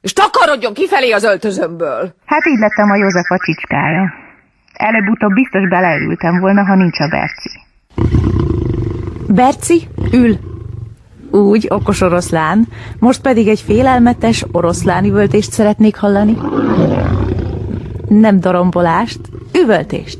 Speaker 25: És takarodjon kifelé az öltözömből.
Speaker 15: Hát így lettem a József a csicskája. Előbb-utóbb biztos beleültem volna, ha nincs a Berci.
Speaker 5: Berci, ül. Úgy, okos oroszlán. Most pedig egy félelmetes oroszlán üvöltést szeretnék hallani. Nem darombolást, üvöltést.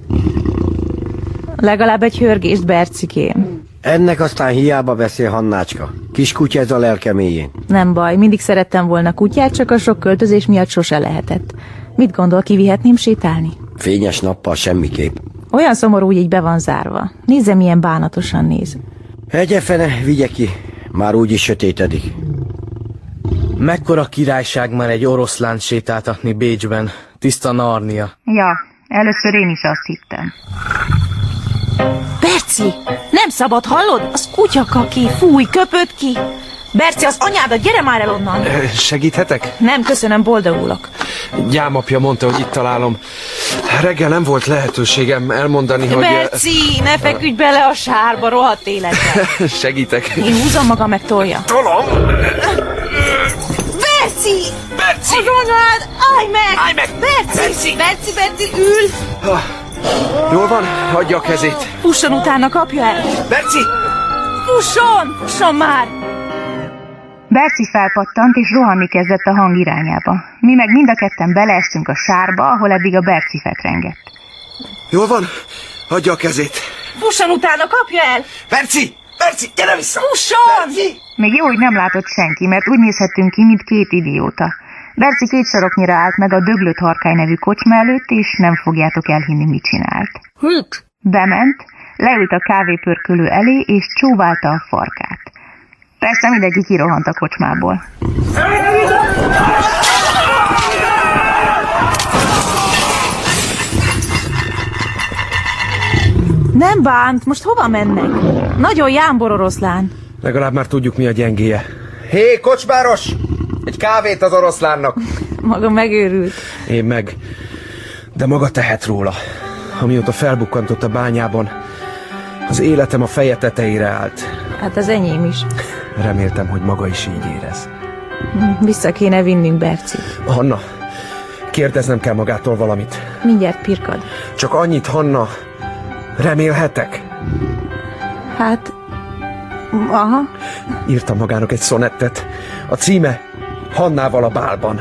Speaker 5: Legalább egy hörgést, Bercikém.
Speaker 6: Ennek aztán hiába beszél Hannácska. Kis kutya ez a lelkeméjén.
Speaker 5: Nem baj, mindig szerettem volna kutyát, csak a sok költözés miatt sose lehetett. Mit gondol, kivihetném sétálni?
Speaker 6: Fényes nappal semmiképp.
Speaker 5: Olyan szomorú, hogy így be van zárva. Nézze, milyen bánatosan néz.
Speaker 6: Egyefene, vigye ki. Már úgy is sötétedik.
Speaker 4: Mekkora királyság már egy oroszlánt sétáltatni Bécsben. Tiszta Narnia.
Speaker 15: Ja, először én is azt hittem.
Speaker 5: Berci, nem szabad, hallod? Az kutyakaki, fúj, köpöd ki! Berci, az anyádat, gyere már el onnan!
Speaker 7: Ö, Segíthetek?
Speaker 5: Nem, köszönöm, boldogulok.
Speaker 7: Gyámapja mondta, hogy itt találom. Reggel nem volt lehetőségem elmondani,
Speaker 3: eh,
Speaker 7: hogy... ö,
Speaker 5: Berci, ne feküdj bele a sárba, rohadt életbe.
Speaker 7: Segítek.
Speaker 5: Én húzom magam, meg tolja.
Speaker 7: Tolom?
Speaker 5: Berci! Berci! Az anyád, állj meg! Állj meg! Berci! Berci, Berci, Berci ül!
Speaker 3: Ah.
Speaker 7: Jól van, hagyja a kezét.
Speaker 5: Fusson utána, kapja el!
Speaker 7: Berci!
Speaker 5: Fusson! Fusson már!
Speaker 15: Berci felpattant, és rohanni kezdett a hang irányába. Mi meg mind a ketten beleestünk a sárba, ahol eddig a Berci fetrengett.
Speaker 7: Jól van, hagyja a kezét.
Speaker 5: Fusson utána, kapja el!
Speaker 7: Berci! Berci, gyere vissza!
Speaker 5: Fusson!
Speaker 15: Még jó, hogy nem látott senki, mert úgy nézhettünk ki, mint két idióta. Berci két saroknyira állt meg a döglött harkály nevű kocsma előtt, és nem fogjátok elhinni, mit csinált. Hűt! Bement, leült a kávépörkölő elé, és csóválta a farkát. Persze mindenki kirohant a kocsmából.
Speaker 5: Nem bánt, most hova mennek? Nagyon jámbor oroszlán.
Speaker 3: Legalább már tudjuk, mi a gyengéje. Hé, kocsmáros! Egy kávét az oroszlánnak!
Speaker 5: Maga megőrült.
Speaker 3: Én meg. De maga tehet róla. Amióta felbukkantott a bányában, az életem a feje tetejére állt.
Speaker 5: Hát az enyém is.
Speaker 3: Reméltem, hogy maga is így érez.
Speaker 5: Hm, Vissza kéne vinnünk Berci.
Speaker 3: Hanna, kérdeznem kell magától valamit.
Speaker 5: Mindjárt pirkad.
Speaker 3: Csak annyit, Hanna, remélhetek?
Speaker 5: Hát... Aha.
Speaker 3: Írta magának egy szonettet. A címe Hannával a bálban.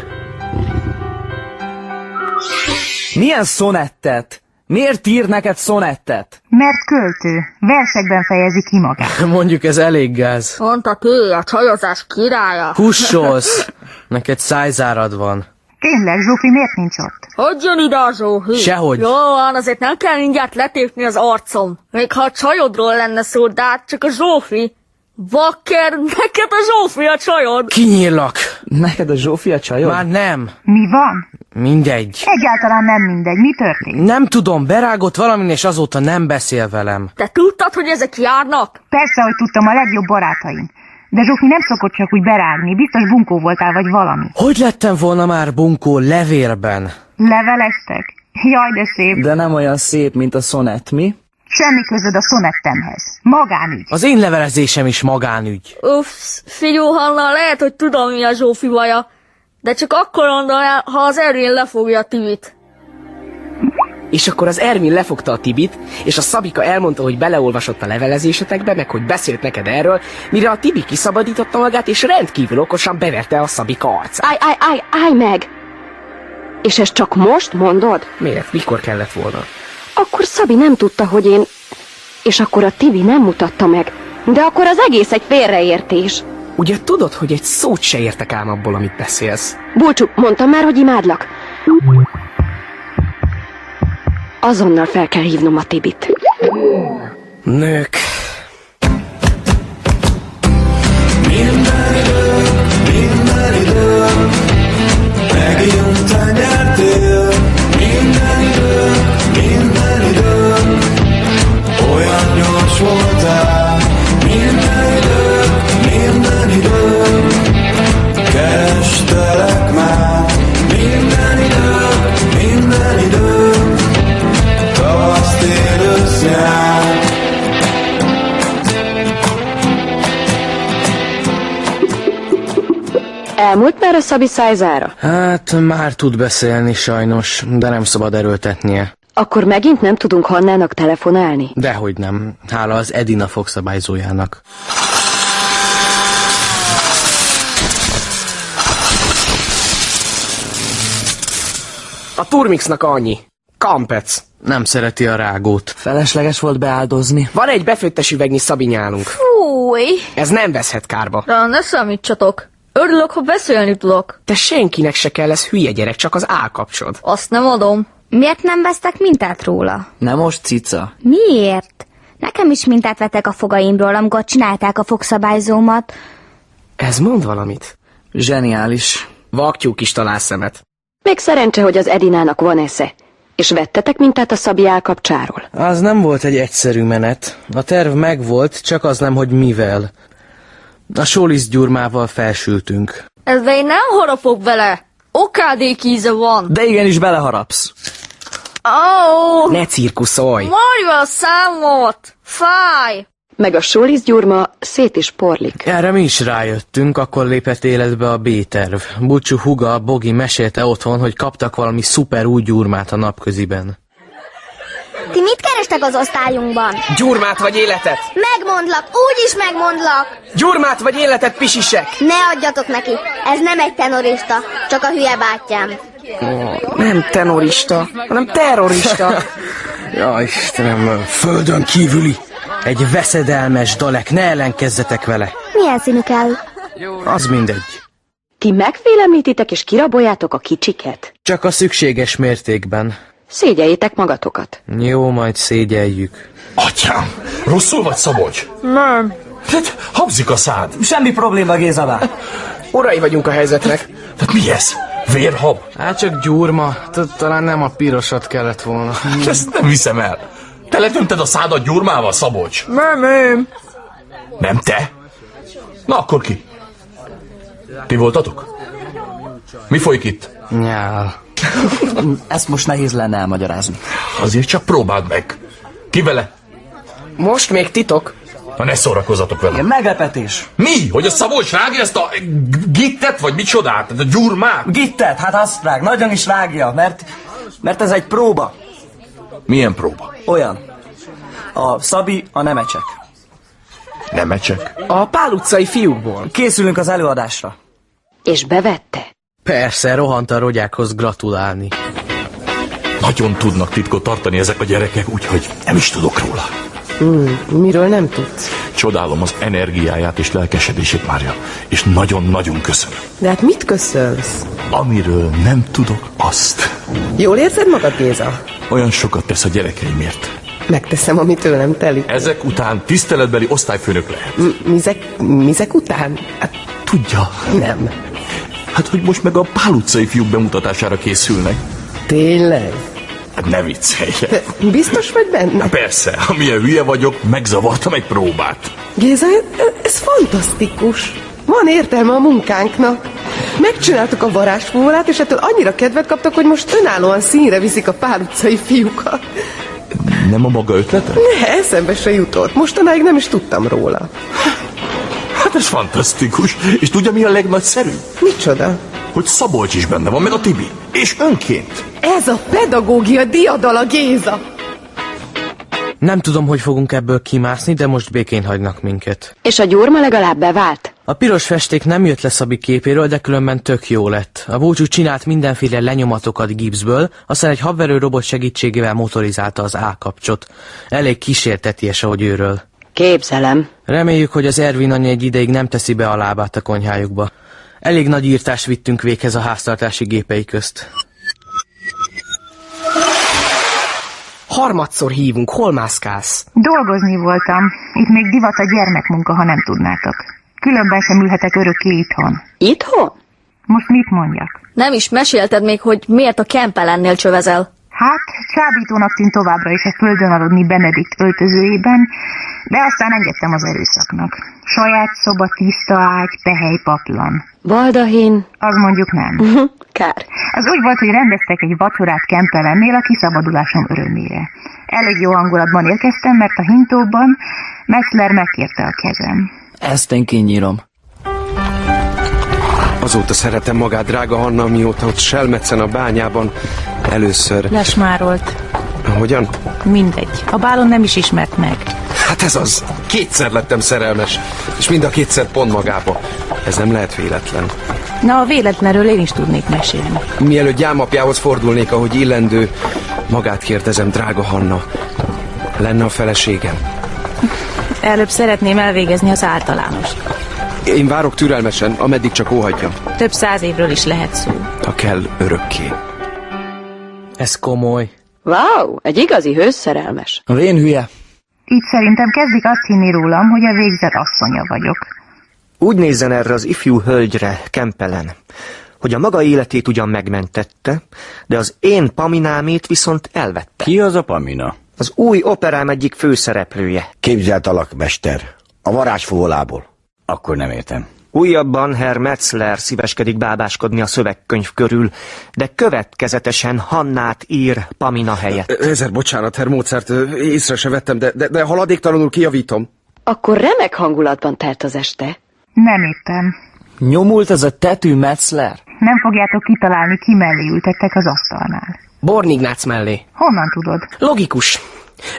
Speaker 2: Milyen szonettet? Miért ír neked szonettet?
Speaker 15: Mert költő, versekben fejezi ki magát.
Speaker 4: Mondjuk ez elég gáz.
Speaker 8: Mondta ki, a csajozás királya.
Speaker 4: Kussolsz! Neked szájzárad van.
Speaker 15: Tényleg, Zsófi miért nincs ott?
Speaker 8: Hogy jön ide a Zsóhi?
Speaker 4: Sehogy.
Speaker 8: Jó van, azért nem kell mindjárt letépni az arcom. Még ha a csajodról lenne szó, de hát csak a Zsófi. Vakker, neked a Zsófi a csajod.
Speaker 4: Kinyírlak!
Speaker 2: Neked a Zsófi a csajod?
Speaker 4: Már nem.
Speaker 15: Mi van?
Speaker 4: Mindegy.
Speaker 15: Egyáltalán nem mindegy, mi történt?
Speaker 4: Nem tudom, berágott valamin, és azóta nem beszél velem.
Speaker 8: Te tudtad, hogy ezek járnak?
Speaker 15: Persze, hogy tudtam, a legjobb barátaim. De Zsófi nem szokott csak úgy berágni, biztos bunkó voltál, vagy valami.
Speaker 4: Hogy lettem volna már bunkó levérben?
Speaker 15: Leveleztek? Jaj, de szép.
Speaker 2: De nem olyan szép, mint a szonett, mi?
Speaker 15: Semmi közöd a szonettemhez. Magánügy.
Speaker 4: Az én levelezésem is magánügy.
Speaker 8: Uff, figyó Hanna, lehet, hogy tudom, mi a Zsófi baja. De csak akkor mondom el, ha az Ervin lefogja a Tibit.
Speaker 1: És akkor az Ermin lefogta a Tibit, és a Szabika elmondta, hogy beleolvasott a levelezésetekbe, meg hogy beszélt neked erről, mire a Tibi kiszabadította magát, és rendkívül okosan beverte a Szabika arcát.
Speaker 9: Állj, állj, állj, állj meg! És ezt csak most mondod?
Speaker 1: Miért? Mikor kellett volna?
Speaker 9: Akkor Szabi nem tudta, hogy én... És akkor a Tibi nem mutatta meg. De akkor az egész egy félreértés.
Speaker 1: Ugye tudod, hogy egy szót se értek ám abból, amit beszélsz?
Speaker 9: Bulcsú, mondtam már, hogy imádlak. Azonnal fel kell hívnom a Tibit.
Speaker 1: Nők.
Speaker 23: Minden idő, megint te nyertél. Minden idő, minden idő, olyan gyors voltál. Minden idő, minden idő, kerestelek már. Minden idő, minden idő, tavaszt
Speaker 9: Elmúlt már a Szabi szájzára?
Speaker 4: Hát, már tud beszélni sajnos, de nem szabad erőltetnie.
Speaker 9: Akkor megint nem tudunk Hannának telefonálni.
Speaker 4: Dehogy nem. Hála az Edina fogszabályzójának.
Speaker 1: A Turmixnak annyi. Kampec.
Speaker 4: Nem szereti a rágót.
Speaker 1: Felesleges volt beáldozni. Van egy befőttes üvegnyi szabinyálunk.
Speaker 8: Fúj!
Speaker 1: Ez nem veszhet kárba.
Speaker 8: Rá ne számítsatok. Örülök, ha beszélni tudok.
Speaker 1: De senkinek se kell ez hülye gyerek, csak az állkapcsod.
Speaker 8: Azt nem adom.
Speaker 31: Miért nem vesztek mintát róla?
Speaker 2: Nem most, cica.
Speaker 31: Miért? Nekem is mintát vettek a fogaimról, amikor csinálták a fogszabályzómat.
Speaker 1: Ez mond valamit?
Speaker 2: Zseniális.
Speaker 1: Vaktyú kis találszemet.
Speaker 9: Még szerencse, hogy az Edinának van esze. És vettetek mintát a Szabi állkapcsáról?
Speaker 4: Az nem volt egy egyszerű menet. A terv megvolt, csak az nem, hogy mivel. A Sólisz gyurmával felsültünk.
Speaker 8: Ezzel én nem harapok bele. Okádék íze van.
Speaker 2: De igenis beleharapsz.
Speaker 8: Ó,
Speaker 1: Ne cirkuszolj!
Speaker 8: marja a számot! Fáj!
Speaker 9: Meg a Sólisz gyurma szét is porlik.
Speaker 4: Erre mi is rájöttünk, akkor lépett életbe a B-terv. Bucsú Huga, Bogi mesélte otthon, hogy kaptak valami szuper új gyurmát a napköziben.
Speaker 31: Ti mit kerestek az osztályunkban?
Speaker 1: Gyurmát vagy életet?
Speaker 31: Megmondlak, úgy is megmondlak!
Speaker 1: Gyurmát vagy életet, pisisek!
Speaker 31: Ne adjatok neki, ez nem egy tenorista, csak a hülye bátyám.
Speaker 1: Nem tenorista, hanem terrorista.
Speaker 4: Ja, Istenem, földön kívüli! Egy veszedelmes dalek, ne ellenkezzetek vele!
Speaker 31: Milyen színű kell?
Speaker 4: Az mindegy.
Speaker 9: Ti megfélemlítitek és kiraboljátok a kicsiket?
Speaker 4: Csak a szükséges mértékben.
Speaker 9: Szégyeljétek magatokat.
Speaker 4: Jó, majd szégyeljük.
Speaker 14: Atyám, rosszul vagy, Szabolcs?
Speaker 8: Nem.
Speaker 14: Hát, habzik a szád.
Speaker 2: Semmi probléma, Gézabá.
Speaker 1: Urai vagyunk a helyzetnek.
Speaker 14: Tehát mi ez? Vérhab?
Speaker 4: Hát csak gyurma. Talán nem a pirosat kellett volna.
Speaker 14: Hát Ezt nem hiszem el. Te letömted a szádat gyurmával, Szabolcs?
Speaker 8: Nem, nem.
Speaker 14: Nem te? Na akkor ki? Ti voltatok? Mi folyik itt?
Speaker 4: Nyál.
Speaker 2: Ezt most nehéz lenne elmagyarázni.
Speaker 14: Azért csak próbáld meg. Ki vele?
Speaker 1: Most még titok.
Speaker 14: Na ne szórakozatok vele.
Speaker 2: Igen, meglepetés.
Speaker 14: Mi? Hogy a Szabolcs rágja ezt a gittet, vagy micsodát? A gyurmát?
Speaker 2: Gittet, hát azt rág, nagyon is rágja, mert, mert ez egy próba.
Speaker 14: Milyen próba?
Speaker 2: Olyan. A Szabi, a nemecsek.
Speaker 14: Nem ecsek.
Speaker 1: A Pál utcai fiúkból.
Speaker 2: Készülünk az előadásra.
Speaker 9: És bevette.
Speaker 4: Persze, rohant a rogyákhoz gratulálni.
Speaker 14: Nagyon tudnak titkot tartani ezek a gyerekek, úgyhogy nem is tudok róla.
Speaker 11: Hmm, miről nem tudsz?
Speaker 14: Csodálom az energiáját és lelkesedését, Mária, és nagyon-nagyon köszönöm.
Speaker 11: De hát mit köszönsz?
Speaker 14: Amiről nem tudok azt.
Speaker 11: Jól érzed magad, Géza?
Speaker 14: Olyan sokat tesz a gyerekeimért.
Speaker 11: Megteszem, ami tőlem telik.
Speaker 14: Ezek után tiszteletbeli osztályfőnök lehet.
Speaker 11: M- mizek, mizek után? Hát,
Speaker 14: Tudja.
Speaker 11: Nem.
Speaker 14: Hát, hogy most meg a Pál utcai fiúk bemutatására készülnek.
Speaker 11: Tényleg?
Speaker 14: Hát ne viccelj.
Speaker 11: Te biztos vagy benne?
Speaker 14: Na persze, amilyen hülye vagyok, megzavartam egy próbát.
Speaker 11: Géza, ez- ez fantasztikus. Van értelme a munkánknak. Megcsináltuk a varázsfúvolát, és ettől annyira kedvet kaptak, hogy most önállóan színre viszik a pár utcai fiúkat.
Speaker 14: Nem a maga ötlete?
Speaker 11: Ne, eszembe se jutott. Mostanáig nem is tudtam róla.
Speaker 14: Hát ez fantasztikus. És tudja, mi a legnagyszerűbb?
Speaker 11: Micsoda?
Speaker 14: Hogy Szabolcs is benne van, meg a Tibi. És önként.
Speaker 11: Ez a pedagógia diadala, Géza!
Speaker 4: Nem tudom, hogy fogunk ebből kimászni, de most békén hagynak minket.
Speaker 9: És a gyurma legalább bevált.
Speaker 4: A piros festék nem jött le Szabi képéről, de különben tök jó lett. A búcsú csinált mindenféle lenyomatokat gipsből, aztán egy habverő robot segítségével motorizálta az A-kapcsot. Elég kísérteties, ahogy őről.
Speaker 9: Képzelem.
Speaker 4: Reméljük, hogy az Ervin anyja egy ideig nem teszi be a lábát a konyhájukba. Elég nagy írtást vittünk véghez a háztartási gépei közt.
Speaker 1: Harmadszor hívunk, hol mászkálsz?
Speaker 15: Dolgozni voltam. Itt még divat a gyermekmunka, ha nem tudnátok. Különben sem ülhetek örökké itthon.
Speaker 9: Itthon?
Speaker 15: Most mit mondjak?
Speaker 8: Nem is mesélted még, hogy miért a kempelennél csövezel.
Speaker 15: Hát, csábítónak tűnt továbbra is a földön aludni Benedikt öltözőjében, de aztán engedtem az erőszaknak. Saját szoba, tiszta ágy, pehely, paplan.
Speaker 9: Baldahén.
Speaker 15: Az mondjuk nem.
Speaker 9: Mhm, Kár.
Speaker 15: Az úgy volt, hogy rendeztek egy vacsorát Kempelennél a kiszabadulásom örömére. Elég jó hangulatban érkeztem, mert a hintóban Metzler megkérte a kezem.
Speaker 2: Ezt én kinyírom.
Speaker 3: Azóta szeretem magát, drága Hanna, mióta ott selmecen a bányában. Először.
Speaker 5: Lesmárolt.
Speaker 3: Hogyan?
Speaker 5: Mindegy. A bálon nem is ismert meg.
Speaker 3: Hát ez az. Kétszer lettem szerelmes. És mind a kétszer pont magába. Ez nem lehet véletlen.
Speaker 5: Na, a véletlenről én is tudnék mesélni.
Speaker 3: Mielőtt gyámapjához fordulnék, ahogy illendő, magát kérdezem, drága Hanna. Lenne a feleségem?
Speaker 5: Előbb szeretném elvégezni az általános.
Speaker 3: Én várok türelmesen, ameddig csak óhagyjam.
Speaker 5: Több száz évről is lehet szó.
Speaker 3: Ha kell, örökké.
Speaker 4: Ez komoly.
Speaker 9: Wow, egy igazi hőszerelmes.
Speaker 2: A vén hülye.
Speaker 15: Így szerintem kezdik azt hinni rólam, hogy a végzett asszonya vagyok.
Speaker 30: Úgy nézzen erre az ifjú hölgyre, Kempelen, hogy a maga életét ugyan megmentette, de az én paminámét viszont elvette.
Speaker 32: Ki az a Pamina?
Speaker 30: Az új operám egyik főszereplője.
Speaker 32: Képzelt alak, mester.
Speaker 30: A varázsfúvolából.
Speaker 32: Akkor nem értem.
Speaker 30: Újabban Herr Metzler szíveskedik bábáskodni a szövegkönyv körül, de következetesen Hannát ír Pamina helyett.
Speaker 3: Ö, Ezer bocsánat, Herr Mozart, ö, észre se vettem, de, de, de haladéktalanul kijavítom.
Speaker 9: Akkor remek hangulatban telt az este.
Speaker 15: Nem éppen.
Speaker 2: Nyomult ez a tetű Metzler?
Speaker 15: Nem fogjátok kitalálni, ki mellé ültettek az asztalnál.
Speaker 1: Bornignác mellé.
Speaker 15: Honnan tudod?
Speaker 1: Logikus.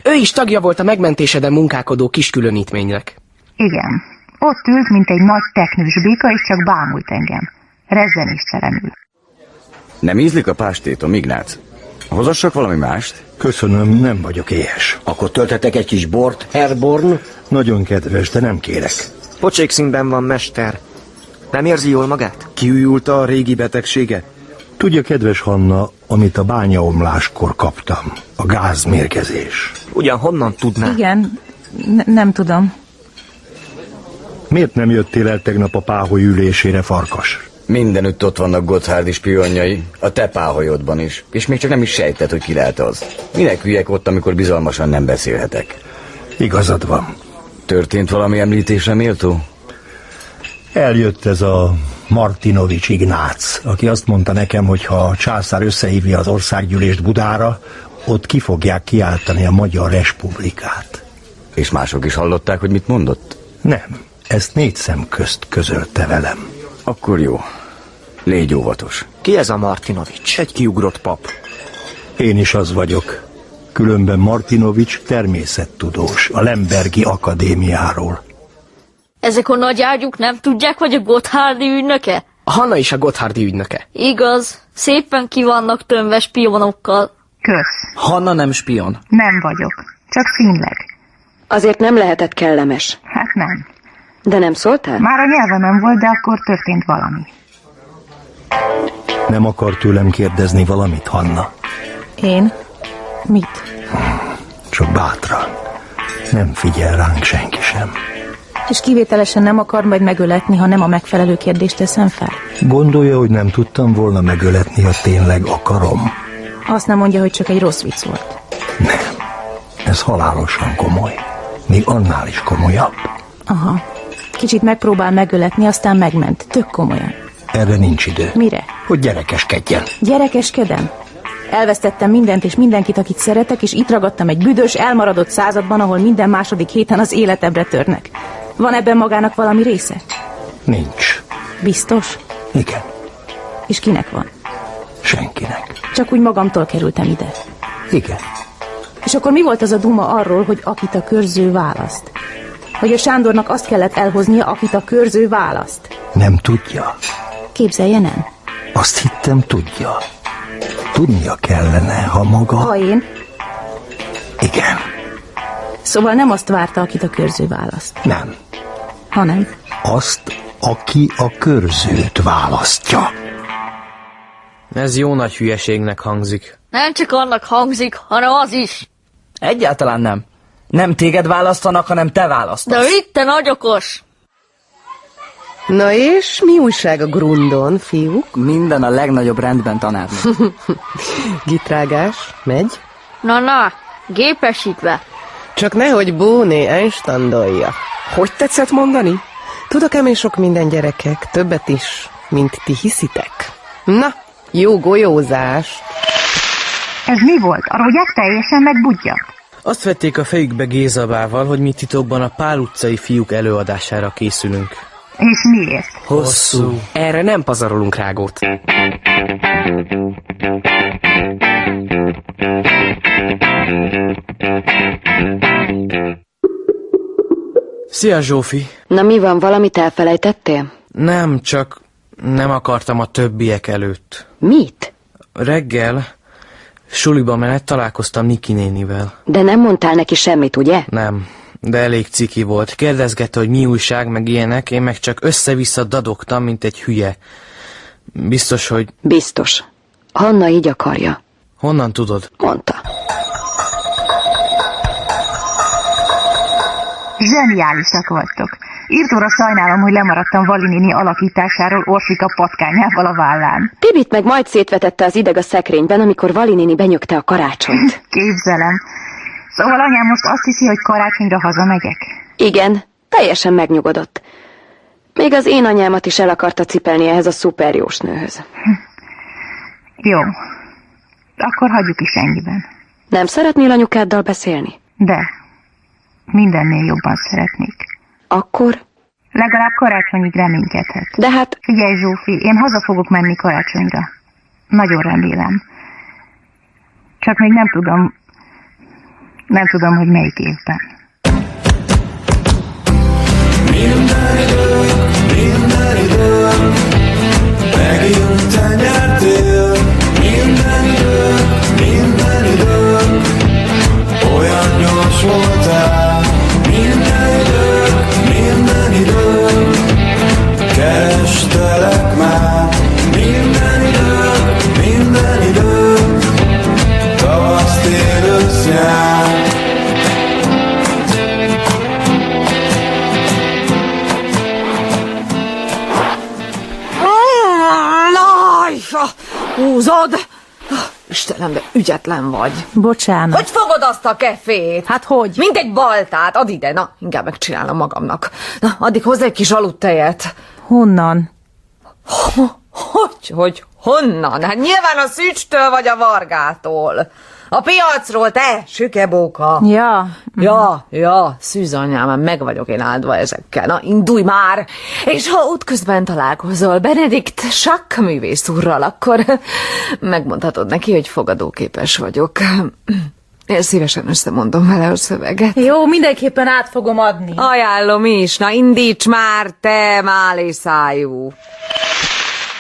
Speaker 1: Ő is tagja volt a megmentéseden munkálkodó kiskülönítménynek.
Speaker 15: Igen. Ott ült, mint egy nagy teknős béka, és csak bámult engem. Rezzenéstelenül.
Speaker 32: Nem ízlik a pástétom, Ignác? Hozassak valami mást?
Speaker 33: Köszönöm, nem vagyok éhes.
Speaker 32: Akkor töltetek egy kis bort.
Speaker 30: Herborn?
Speaker 33: Nagyon kedves, de nem kérek.
Speaker 30: Pocsék színben van, mester. Nem érzi jól magát?
Speaker 33: Kiújult a régi betegsége? Tudja, kedves Hanna, amit a bányaomláskor kaptam. A gázmérgezés.
Speaker 30: Ugyan honnan tudná?
Speaker 5: Igen, ne- nem tudom.
Speaker 33: Miért nem jöttél el tegnap a páholy ülésére, farkas?
Speaker 32: Mindenütt ott vannak Gotthard is pionjai, a te páholyodban is, és még csak nem is sejtett, hogy ki lehet az. Minek üljek ott, amikor bizalmasan nem beszélhetek?
Speaker 33: Igazad van.
Speaker 32: Történt valami említésre méltó?
Speaker 33: Eljött ez a Martinovics Ignác, aki azt mondta nekem, hogy ha a császár összehívja az országgyűlést Budára, ott ki fogják kiáltani a Magyar Respublikát.
Speaker 32: És mások is hallották, hogy mit mondott?
Speaker 33: Nem, ezt négy szem közt közölte velem.
Speaker 32: Akkor jó. Légy óvatos.
Speaker 30: Ki ez a Martinovics?
Speaker 33: Egy kiugrott pap. Én is az vagyok. Különben Martinovics természettudós, a Lembergi Akadémiáról.
Speaker 8: Ezek a nagy ágyuk nem tudják, hogy a Gotthárdi ügynöke?
Speaker 1: Hanna is a Gotthardi ügynöke.
Speaker 8: Igaz, szépen ki vannak tömve spionokkal.
Speaker 15: Kösz.
Speaker 2: Hanna nem spion.
Speaker 15: Nem vagyok. Csak színleg.
Speaker 9: Azért nem lehetett kellemes.
Speaker 15: Hát nem.
Speaker 9: De nem szóltál?
Speaker 15: Már a nyelvemen volt, de akkor történt valami.
Speaker 33: Nem akar tőlem kérdezni valamit, Hanna?
Speaker 5: Én? Mit?
Speaker 33: Csak bátran. Nem figyel ránk senki sem.
Speaker 5: És kivételesen nem akar majd megöletni, ha nem a megfelelő kérdést teszem fel?
Speaker 33: Gondolja, hogy nem tudtam volna megöletni, ha tényleg akarom.
Speaker 5: Azt nem mondja, hogy csak egy rossz vicc volt.
Speaker 33: Ez halálosan komoly. Még annál is komolyabb.
Speaker 5: Aha. Kicsit megpróbál megöletni, aztán megment. Tök komolyan.
Speaker 33: Erre nincs idő.
Speaker 5: Mire?
Speaker 33: Hogy gyerekeskedjen.
Speaker 5: Gyerekeskedem? Elvesztettem mindent és mindenkit, akit szeretek, és itt ragadtam egy büdös, elmaradott században, ahol minden második héten az életemre törnek. Van ebben magának valami része?
Speaker 33: Nincs.
Speaker 5: Biztos?
Speaker 33: Igen.
Speaker 5: És kinek van?
Speaker 33: Senkinek.
Speaker 5: Csak úgy magamtól kerültem ide.
Speaker 33: Igen.
Speaker 5: És akkor mi volt az a duma arról, hogy akit a körző választ? Hogy a Sándornak azt kellett elhoznia, akit a körző választ.
Speaker 33: Nem tudja.
Speaker 5: Képzelje, nem?
Speaker 33: Azt hittem tudja. Tudnia kellene, ha maga...
Speaker 5: Ha én.
Speaker 33: Igen.
Speaker 5: Szóval nem azt várta, akit a körző választ.
Speaker 33: Nem.
Speaker 5: Hanem.
Speaker 33: Azt, aki a körzőt választja.
Speaker 4: Ez jó nagy hülyeségnek hangzik.
Speaker 8: Nem csak annak hangzik, hanem az is.
Speaker 2: Egyáltalán nem. Nem téged választanak, hanem te választasz.
Speaker 8: De itt te nagy okos.
Speaker 2: Na és mi újság a grundon, fiúk? Minden a legnagyobb rendben tanárnő.
Speaker 34: Gitrágás, megy?
Speaker 8: Na na, gépesítve.
Speaker 34: Csak nehogy Bóné enstandolja. Hogy tetszett mondani? Tudok ám én sok minden gyerekek, többet is, mint ti hiszitek. Na, jó golyózás!
Speaker 15: Ez mi volt? A rogyák teljesen megbudjak.
Speaker 4: Azt vették a fejükbe Gézabával, hogy mi titokban a Pál utcai fiúk előadására készülünk.
Speaker 15: És miért?
Speaker 1: Hosszú. Erre nem pazarolunk rágót.
Speaker 4: Szia Zsófi!
Speaker 19: Na mi van, valamit elfelejtettél?
Speaker 4: Nem, csak nem akartam a többiek előtt.
Speaker 19: Mit?
Speaker 4: Reggel suliba menet találkoztam Niki nénivel.
Speaker 19: De nem mondtál neki semmit, ugye?
Speaker 4: Nem, de elég ciki volt. Kérdezgette, hogy mi újság, meg ilyenek, én meg csak össze-vissza dadogtam, mint egy hülye. Biztos, hogy...
Speaker 19: Biztos. Hanna így akarja.
Speaker 4: Honnan tudod?
Speaker 19: Mondta.
Speaker 15: Zseniálisak vagytok. Írtóra sajnálom, hogy lemaradtam Valinini alakításáról Orfika patkányával a vállán.
Speaker 19: Tibit meg majd szétvetette az ideg a szekrényben, amikor Valinini benyögte a karácsonyt.
Speaker 15: Képzelem. Szóval anyám most azt hiszi, hogy karácsonyra hazamegyek.
Speaker 19: Igen, teljesen megnyugodott. Még az én anyámat is el akarta cipelni ehhez a szuperjós nőhöz.
Speaker 15: Jó. Akkor hagyjuk is ennyiben.
Speaker 19: Nem szeretnél anyukáddal beszélni?
Speaker 15: De mindennél jobban szeretnék.
Speaker 19: Akkor?
Speaker 15: Legalább karácsonyig reménykedhet.
Speaker 19: De hát...
Speaker 15: Figyelj, Zsófi, én haza fogok menni karácsonyra. Nagyon remélem. Csak még nem tudom... Nem tudom, hogy melyik évben.
Speaker 23: Minden időm megjön te nyertél Minden időm, minden időm Olyan gyors voltál Minden időm, minden időm Kerestelek már Minden időm, minden időm Tavasz, tél, ősz, nyár
Speaker 25: Lajsa! Húzod! Istenem, de ügyetlen vagy.
Speaker 5: Bocsánat.
Speaker 25: Hogy fogod azt a kefét?
Speaker 5: Hát hogy?
Speaker 25: Mint egy baltát, add ide, na, inkább megcsinálom magamnak. Na, addig hozzá egy kis aludtejet.
Speaker 5: Honnan?
Speaker 25: Hogy, hogy, honnan? Hát nyilván a szücstől vagy a vargától. A piacról, te, sükebóka.
Speaker 5: Ja.
Speaker 25: Ja, ja, szűzanyám, már meg vagyok én áldva ezekkel. Na, indulj már! És ha útközben találkozol Benedikt Sack művész úrral, akkor megmondhatod neki, hogy fogadóképes vagyok. Én szívesen összemondom vele a szöveget.
Speaker 5: Jó, mindenképpen át fogom adni.
Speaker 25: Ajánlom is, na indíts már, te málészájú!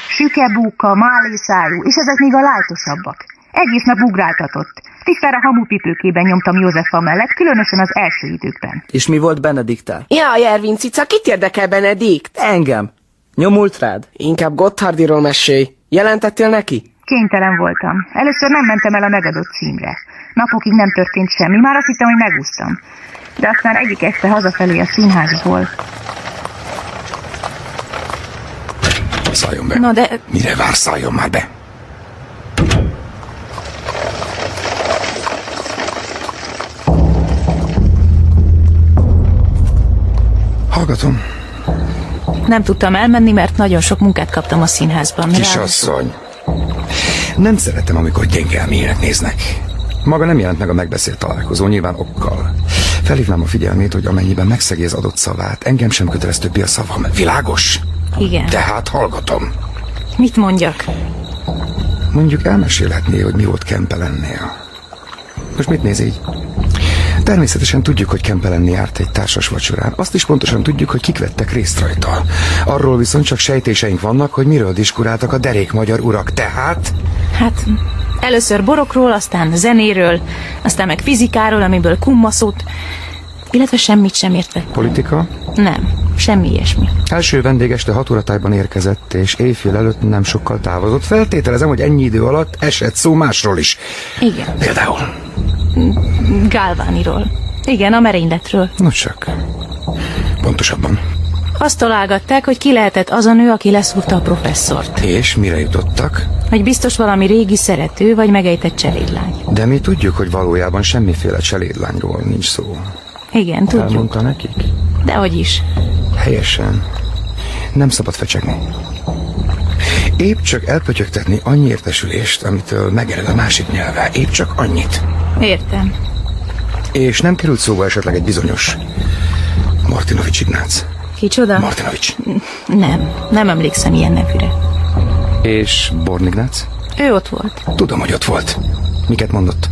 Speaker 15: Sükebúka, málészájú, és ezek még a lájtosabbak. Egész nap ugráltatott. Tisztára hamupipőkében nyomtam Józefa mellett, különösen az első időkben.
Speaker 13: És mi volt Benediktál?
Speaker 1: Ja, Ervin cica, kit érdekel Benedikt?
Speaker 13: Engem. Nyomult rád?
Speaker 1: Inkább Gotthardiról mesélj. Jelentettél neki?
Speaker 15: Kénytelen voltam. Először nem mentem el a megadott címre. Napokig nem történt semmi, már azt hittem, hogy megúsztam. De aztán egyik este hazafelé a színházból.
Speaker 17: Szálljon be.
Speaker 5: Na de-
Speaker 17: Mire vár, szálljon már be. Hallgatom.
Speaker 5: Nem tudtam elmenni, mert nagyon sok munkát kaptam a színházban.
Speaker 17: Kisasszony. Nem szeretem, amikor gyengelmények néznek. Maga nem jelent meg a megbeszélt találkozó, nyilván okkal. Felhívnám a figyelmét, hogy amennyiben megszegi az adott szavát, engem sem kötelez többi a szavam. Világos?
Speaker 5: Igen.
Speaker 17: Tehát hallgatom.
Speaker 5: Mit mondjak?
Speaker 17: Mondjuk elmesélhetné, hogy mi volt Kempelennél. Most mit néz így? Természetesen tudjuk, hogy Kempelenni járt egy társas vacsorán. Azt is pontosan tudjuk, hogy kik vettek részt rajta. Arról viszont csak sejtéseink vannak, hogy miről diskuráltak a derék magyar urak. Tehát...
Speaker 5: Hát először borokról, aztán zenéről, aztán meg fizikáról, amiből kummaszott, illetve semmit sem értek.
Speaker 17: Politika?
Speaker 5: Nem, semmi ilyesmi.
Speaker 17: Első vendég este 6 óratájban érkezett, és éjfél előtt nem sokkal távozott. Feltételezem, hogy ennyi idő alatt esett szó másról is.
Speaker 5: Igen.
Speaker 17: Például.
Speaker 5: Gálvániról. Igen, a merényletről.
Speaker 17: No csak. Pontosabban.
Speaker 5: Azt találgatták, hogy ki lehetett az a nő, aki leszúrta a professzort.
Speaker 17: És mire jutottak?
Speaker 5: Hogy biztos valami régi szerető, vagy megejtett cselédlány.
Speaker 17: De mi tudjuk, hogy valójában semmiféle cselédlányról nincs szó.
Speaker 5: Igen, tudjuk.
Speaker 17: Elmondta nekik?
Speaker 5: Dehogy is.
Speaker 17: Helyesen. Nem szabad fecsegni. Épp csak elpötyögtetni annyi értesülést, amitől megered a másik nyelve. Épp csak annyit.
Speaker 5: Értem.
Speaker 17: És nem került szóba esetleg egy bizonyos Martinovics Ignác.
Speaker 5: Kicsoda?
Speaker 17: Martinovics.
Speaker 5: Nem, nem emlékszem ilyen nevűre.
Speaker 17: És Bornignác?
Speaker 5: Ő ott volt.
Speaker 17: Tudom, hogy ott volt. Miket mondott?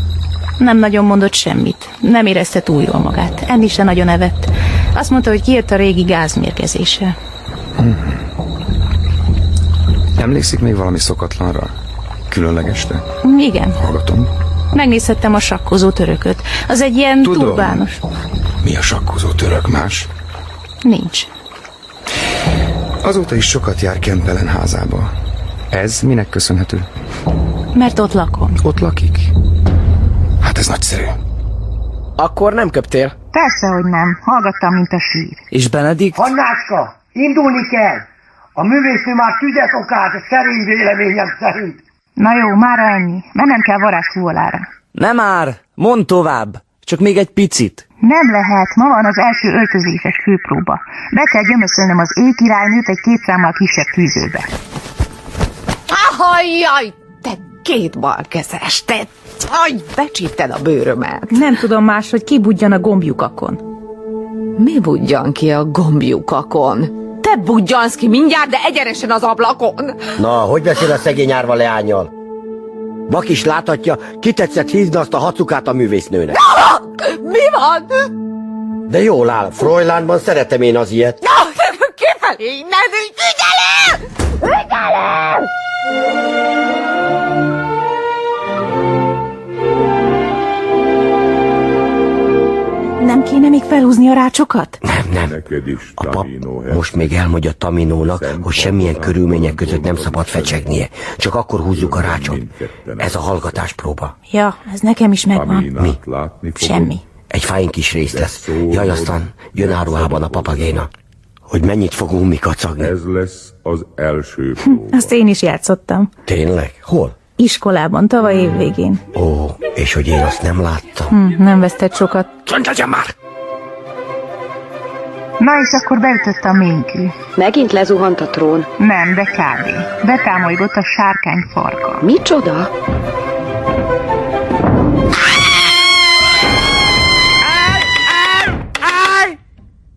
Speaker 5: Nem nagyon mondott semmit. Nem érezte túl jól magát. Enni se nagyon evett. Azt mondta, hogy kijött a régi gázmérgezése.
Speaker 17: Emlékszik még valami szokatlanra? Különlegesre?
Speaker 5: Igen.
Speaker 17: Hallgatom.
Speaker 5: Megnézhettem a sakkozó törököt. Az egy ilyen
Speaker 17: Tudom.
Speaker 5: turbános.
Speaker 17: Mi a sakkozó török más?
Speaker 5: Nincs.
Speaker 17: Azóta is sokat jár Kempelen házába. Ez minek köszönhető?
Speaker 5: Mert ott lakom.
Speaker 17: Ott lakik? Hát ez nagyszerű.
Speaker 1: Akkor nem köptél?
Speaker 15: Persze, hogy nem. Hallgattam, mint a sír.
Speaker 13: És Benedikt?
Speaker 6: Hannácska, indulni kell! A művésznő már tüzet okált, a szerény véleményem szerint.
Speaker 15: Na jó, már ennyi. Mennem kell varázsfúolára.
Speaker 13: Nem már! Mondd tovább! Csak még egy picit.
Speaker 15: Nem lehet, ma van az első öltözéses főpróba. Be kell gyömöszölnöm az éjkirálynőt egy két számmal kisebb tűzőbe.
Speaker 25: Ahajjaj, te két balkezes, te... Aj, becsípted a bőrömet.
Speaker 5: Nem tudom más, hogy kibudjan a gombjukakon.
Speaker 25: Mi budjan ki a gombjukakon? Te budjansz ki mindjárt, de egyenesen az ablakon.
Speaker 27: Na, hogy beszél a szegény árva leányjal? Vak is láthatja, ki tetszett hízni azt a hacukát a művésznőnek.
Speaker 25: Ah, Mi van?
Speaker 27: De jól áll, Freulandban szeretem én az ilyet.
Speaker 25: Na, kifelé innen, ügyelő! Ügyelő!
Speaker 5: Nem kéne még felhúzni a rácsokat?
Speaker 27: Nem, nem. A pap most még elmondja Taminónak, hogy semmilyen körülmények között nem szabad fecsegnie. Csak akkor húzzuk a rácsot. Ez a hallgatás próba.
Speaker 5: Ja, ez nekem is megvan.
Speaker 27: Mi?
Speaker 5: Semmi.
Speaker 27: Egy fájn kis rész lesz. Jaj, aztán jön áruhában a papagéna. Hogy mennyit fogunk mi kacagni. Ez lesz az első.
Speaker 5: Hm, Azt én is játszottam.
Speaker 27: Tényleg? Hol?
Speaker 5: Iskolában, tavaly év végén.
Speaker 27: Ó, és hogy én azt nem láttam.
Speaker 5: Hm, nem vesztett sokat.
Speaker 27: Csöndjegyen már!
Speaker 15: Na és akkor beütött a minki.
Speaker 9: Megint lezuhant a trón.
Speaker 15: Nem, de kb. Betámolygott a sárkány farka.
Speaker 9: Micsoda?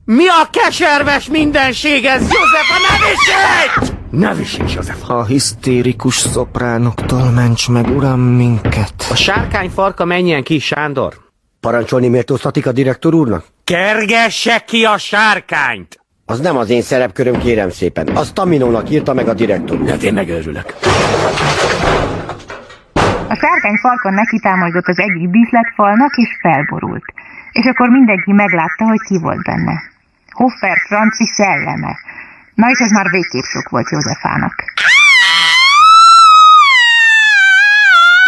Speaker 29: Mi a keserves mindenség ez, József, a neviség!
Speaker 30: Ne viselj, József! A hisztérikus szopránoktól ments meg, uram, minket.
Speaker 29: A sárkány farka menjen ki, Sándor!
Speaker 27: Parancsolni méltóztatik a direktor úrnak?
Speaker 29: Kergesse ki a sárkányt!
Speaker 27: Az nem az én szerepköröm, kérem szépen. Az Taminónak írta meg a direktor úr. Hát én megőrülök.
Speaker 15: A sárkány falkon neki támolygott az egyik díszletfalnak, és felborult. És akkor mindenki meglátta, hogy ki volt benne. Hoffer Franci szelleme. Na és ez már végképp sok volt Józsefának.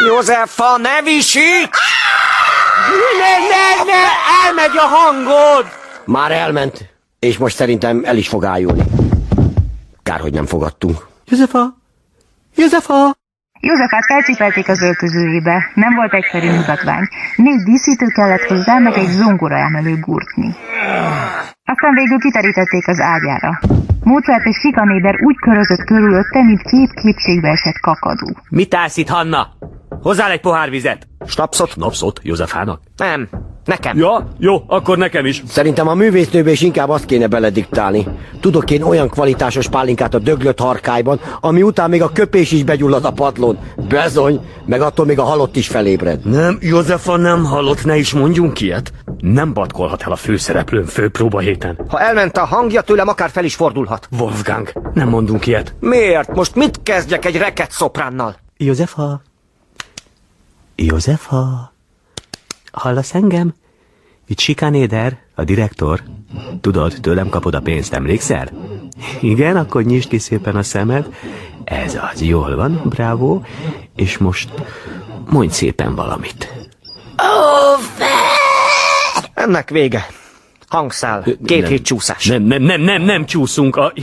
Speaker 29: József, a nevisíts! Ne, ne, ne, elmegy a hangod!
Speaker 27: Már elment, és most szerintem el is fog ájulni. Kár, hogy nem fogadtunk.
Speaker 29: Józsefa! Józsefa!
Speaker 15: Józsefát felcipelték az öltözőjébe. Nem volt egyszerű mutatvány. Négy díszítő kellett hozzá, meg egy zongora emelő gurtni. Aztán végül kiterítették az ágyára. Mozart és Sikanéder úgy körözött körülötte, mint két képségbe esett kakadú.
Speaker 29: Mit állsz itt, Hanna? Hozzál egy pohár vizet!
Speaker 14: Snapszot, napszot, Józsefának.
Speaker 30: Nem, nekem.
Speaker 14: Ja, jó, akkor nekem is.
Speaker 27: Szerintem a művésznőbe is inkább azt kéne belediktálni. Tudok én olyan kvalitásos pálinkát a döglött harkályban, ami után még a köpés is begyullad a padlón. Bezony, meg attól még a halott is felébred.
Speaker 14: Nem, Józefa nem halott, ne is mondjunk ilyet. Nem batkolhat el a főszereplőn főpróba héten.
Speaker 30: Ha elment a hangja, tőlem akár fel is fordulhat.
Speaker 14: Wolfgang, nem mondunk ilyet.
Speaker 30: Miért? Most mit kezdjek egy reket szopránnal?
Speaker 29: Józsefa! Józsefa! Hallasz engem? Itt Sikán Éder, a direktor. Tudod, tőlem kapod a pénzt, emlékszel? Igen, akkor nyisd ki szépen a szemed. Ez az, jól van, bravo. És most mondj szépen valamit.
Speaker 30: Ennek vége. Hangszál. Két
Speaker 14: nem.
Speaker 30: hét csúszás.
Speaker 14: Nem, nem, nem, nem, nem csúszunk. A,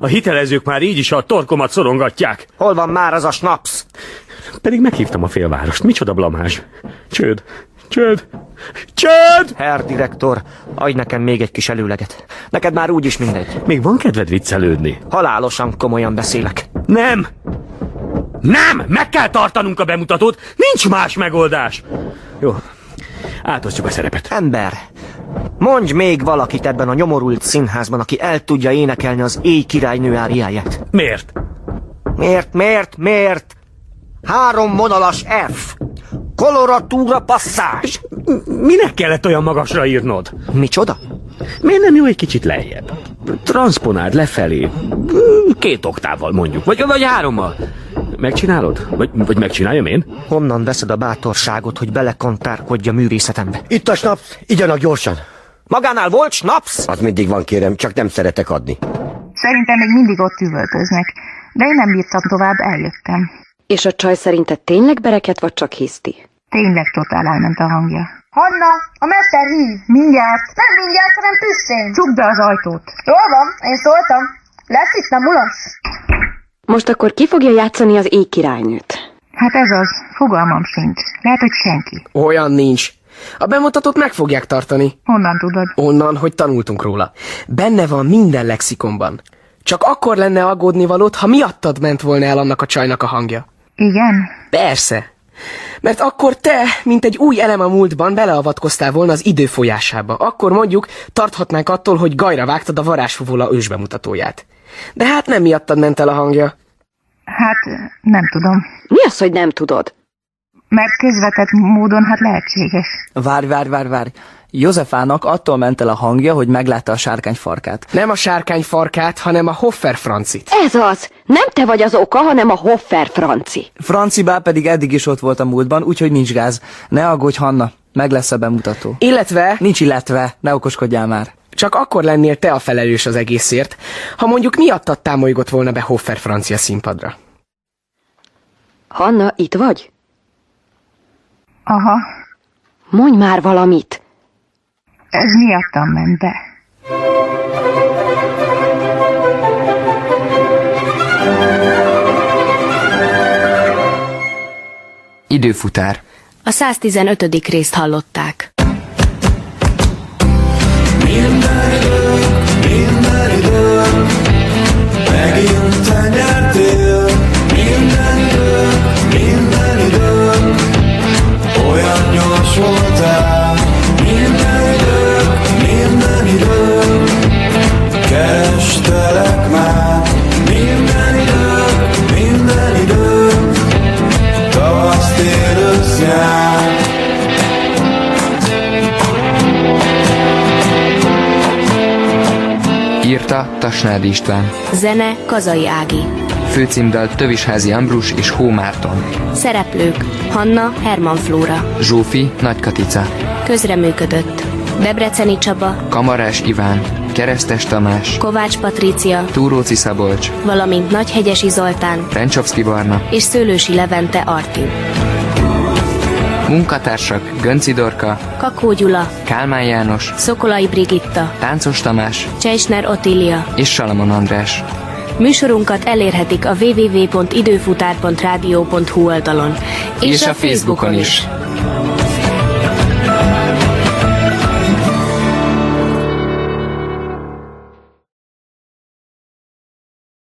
Speaker 14: a hitelezők már így is a torkomat szorongatják.
Speaker 30: Hol van már az a snaps?
Speaker 14: Pedig meghívtam a félvárost. Micsoda blamás. Csőd. Csőd. Csőd!
Speaker 30: Herr direktor, adj nekem még egy kis előleget. Neked már úgyis mindegy.
Speaker 14: Még van kedved viccelődni?
Speaker 30: Halálosan komolyan beszélek.
Speaker 14: Nem! Nem! Meg kell tartanunk a bemutatót! Nincs más megoldás! Jó, átosztjuk a szerepet.
Speaker 30: Ember, Mondj még valakit ebben a nyomorult színházban, aki el tudja énekelni az éj királynő áriáját.
Speaker 29: Miért?
Speaker 30: Miért, miért, miért? Három vonalas F. Koloratúra passzás.
Speaker 29: Minek kellett olyan magasra írnod?
Speaker 30: Micsoda?
Speaker 29: Miért nem jó egy kicsit lejjebb? Transponáld lefelé. Két oktávval mondjuk, vagy, vagy hárommal. Megcsinálod? Vagy, vagy megcsináljam én?
Speaker 30: Honnan veszed a bátorságot, hogy belekontárkodj a művészetembe?
Speaker 35: Itt a snaps, igyanak gyorsan.
Speaker 30: Magánál volt snaps?
Speaker 35: Az mindig van, kérem, csak nem szeretek adni.
Speaker 15: Szerintem még mindig ott üvöltöznek, de én nem bírtam tovább, eljöttem.
Speaker 9: És a csaj szerinted tényleg bereket, vagy csak hiszti?
Speaker 15: Tényleg totál elment a hangja.
Speaker 8: Hanna, a mester hív.
Speaker 15: Mindjárt.
Speaker 8: Nem mindjárt, hanem tüsszén.
Speaker 15: Csukd be az ajtót.
Speaker 8: Jól van, én szóltam. Lesz itt nem ulas?
Speaker 9: Most akkor ki fogja játszani az éj királynőt?
Speaker 15: Hát ez az, fogalmam sincs. Lehet, hogy senki.
Speaker 1: Olyan nincs. A bemutatót meg fogják tartani.
Speaker 15: Honnan tudod?
Speaker 1: Onnan, hogy tanultunk róla. Benne van minden lexikonban. Csak akkor lenne aggódni valót, ha miattad ment volna el annak a csajnak a hangja.
Speaker 15: Igen?
Speaker 1: Persze. Mert akkor te, mint egy új elem a múltban, beleavatkoztál volna az idő folyásába. Akkor mondjuk tarthatnánk attól, hogy gajra vágtad a varázsfúvola ősbemutatóját. De hát nem miattad ment el a hangja.
Speaker 15: Hát nem tudom.
Speaker 9: Mi az, hogy nem tudod?
Speaker 15: Mert közvetett módon hát lehetséges.
Speaker 2: Várj, várj, várj, várj. Józsefának attól ment el a hangja, hogy meglátta a sárkány farkát.
Speaker 1: Nem a sárkány farkát, hanem a Hoffer francit.
Speaker 9: Ez az! Nem te vagy az oka, hanem a Hoffer franci.
Speaker 2: Franci bá pedig eddig is ott volt a múltban, úgyhogy nincs gáz. Ne aggódj, Hanna, meg lesz a bemutató.
Speaker 1: Illetve...
Speaker 2: Nincs illetve, ne okoskodjál már.
Speaker 1: Csak akkor lennél te a felelős az egészért, ha mondjuk miattad támolygott volna be Hoffer francia színpadra.
Speaker 9: Hanna, itt vagy?
Speaker 15: Aha,
Speaker 9: Mondj már valamit!
Speaker 15: ez miattam ment be.
Speaker 2: Időfutár.
Speaker 31: A 115. részt hallották.
Speaker 23: Minden idők, megint te nyertél. Minden idők, minden idők, olyan gyors voltál. Minden idők, minden idők, kerestelek már. Minden idők, minden idők, tavaszt él összjár.
Speaker 10: Írta Tasnádi István.
Speaker 31: Zene Kazai Ági.
Speaker 10: Főcímdal Tövisházi Ambrus és Hó Márton.
Speaker 31: Szereplők Hanna Herman Flóra.
Speaker 10: Zsófi Nagykatica.
Speaker 31: Közreműködött Debreceni Csaba,
Speaker 10: Kamarás Iván. Keresztes Tamás.
Speaker 31: Kovács Patrícia,
Speaker 10: Túróci Szabolcs.
Speaker 31: valamint Nagyhegyesi Zoltán
Speaker 10: Rencsovszki Barna.
Speaker 31: és Szőlősi Levente Artin.
Speaker 10: Munkatársak Gönci Dorka.
Speaker 31: Kakó Gyula,
Speaker 10: Kálmán János.
Speaker 31: Szokolai Brigitta,
Speaker 10: Táncos Tamás.
Speaker 31: Cseisner Otília.
Speaker 10: És Salamon András.
Speaker 31: Műsorunkat elérhetik a www.időfutár.rádió.hu oldalon.
Speaker 10: És a Facebookon is.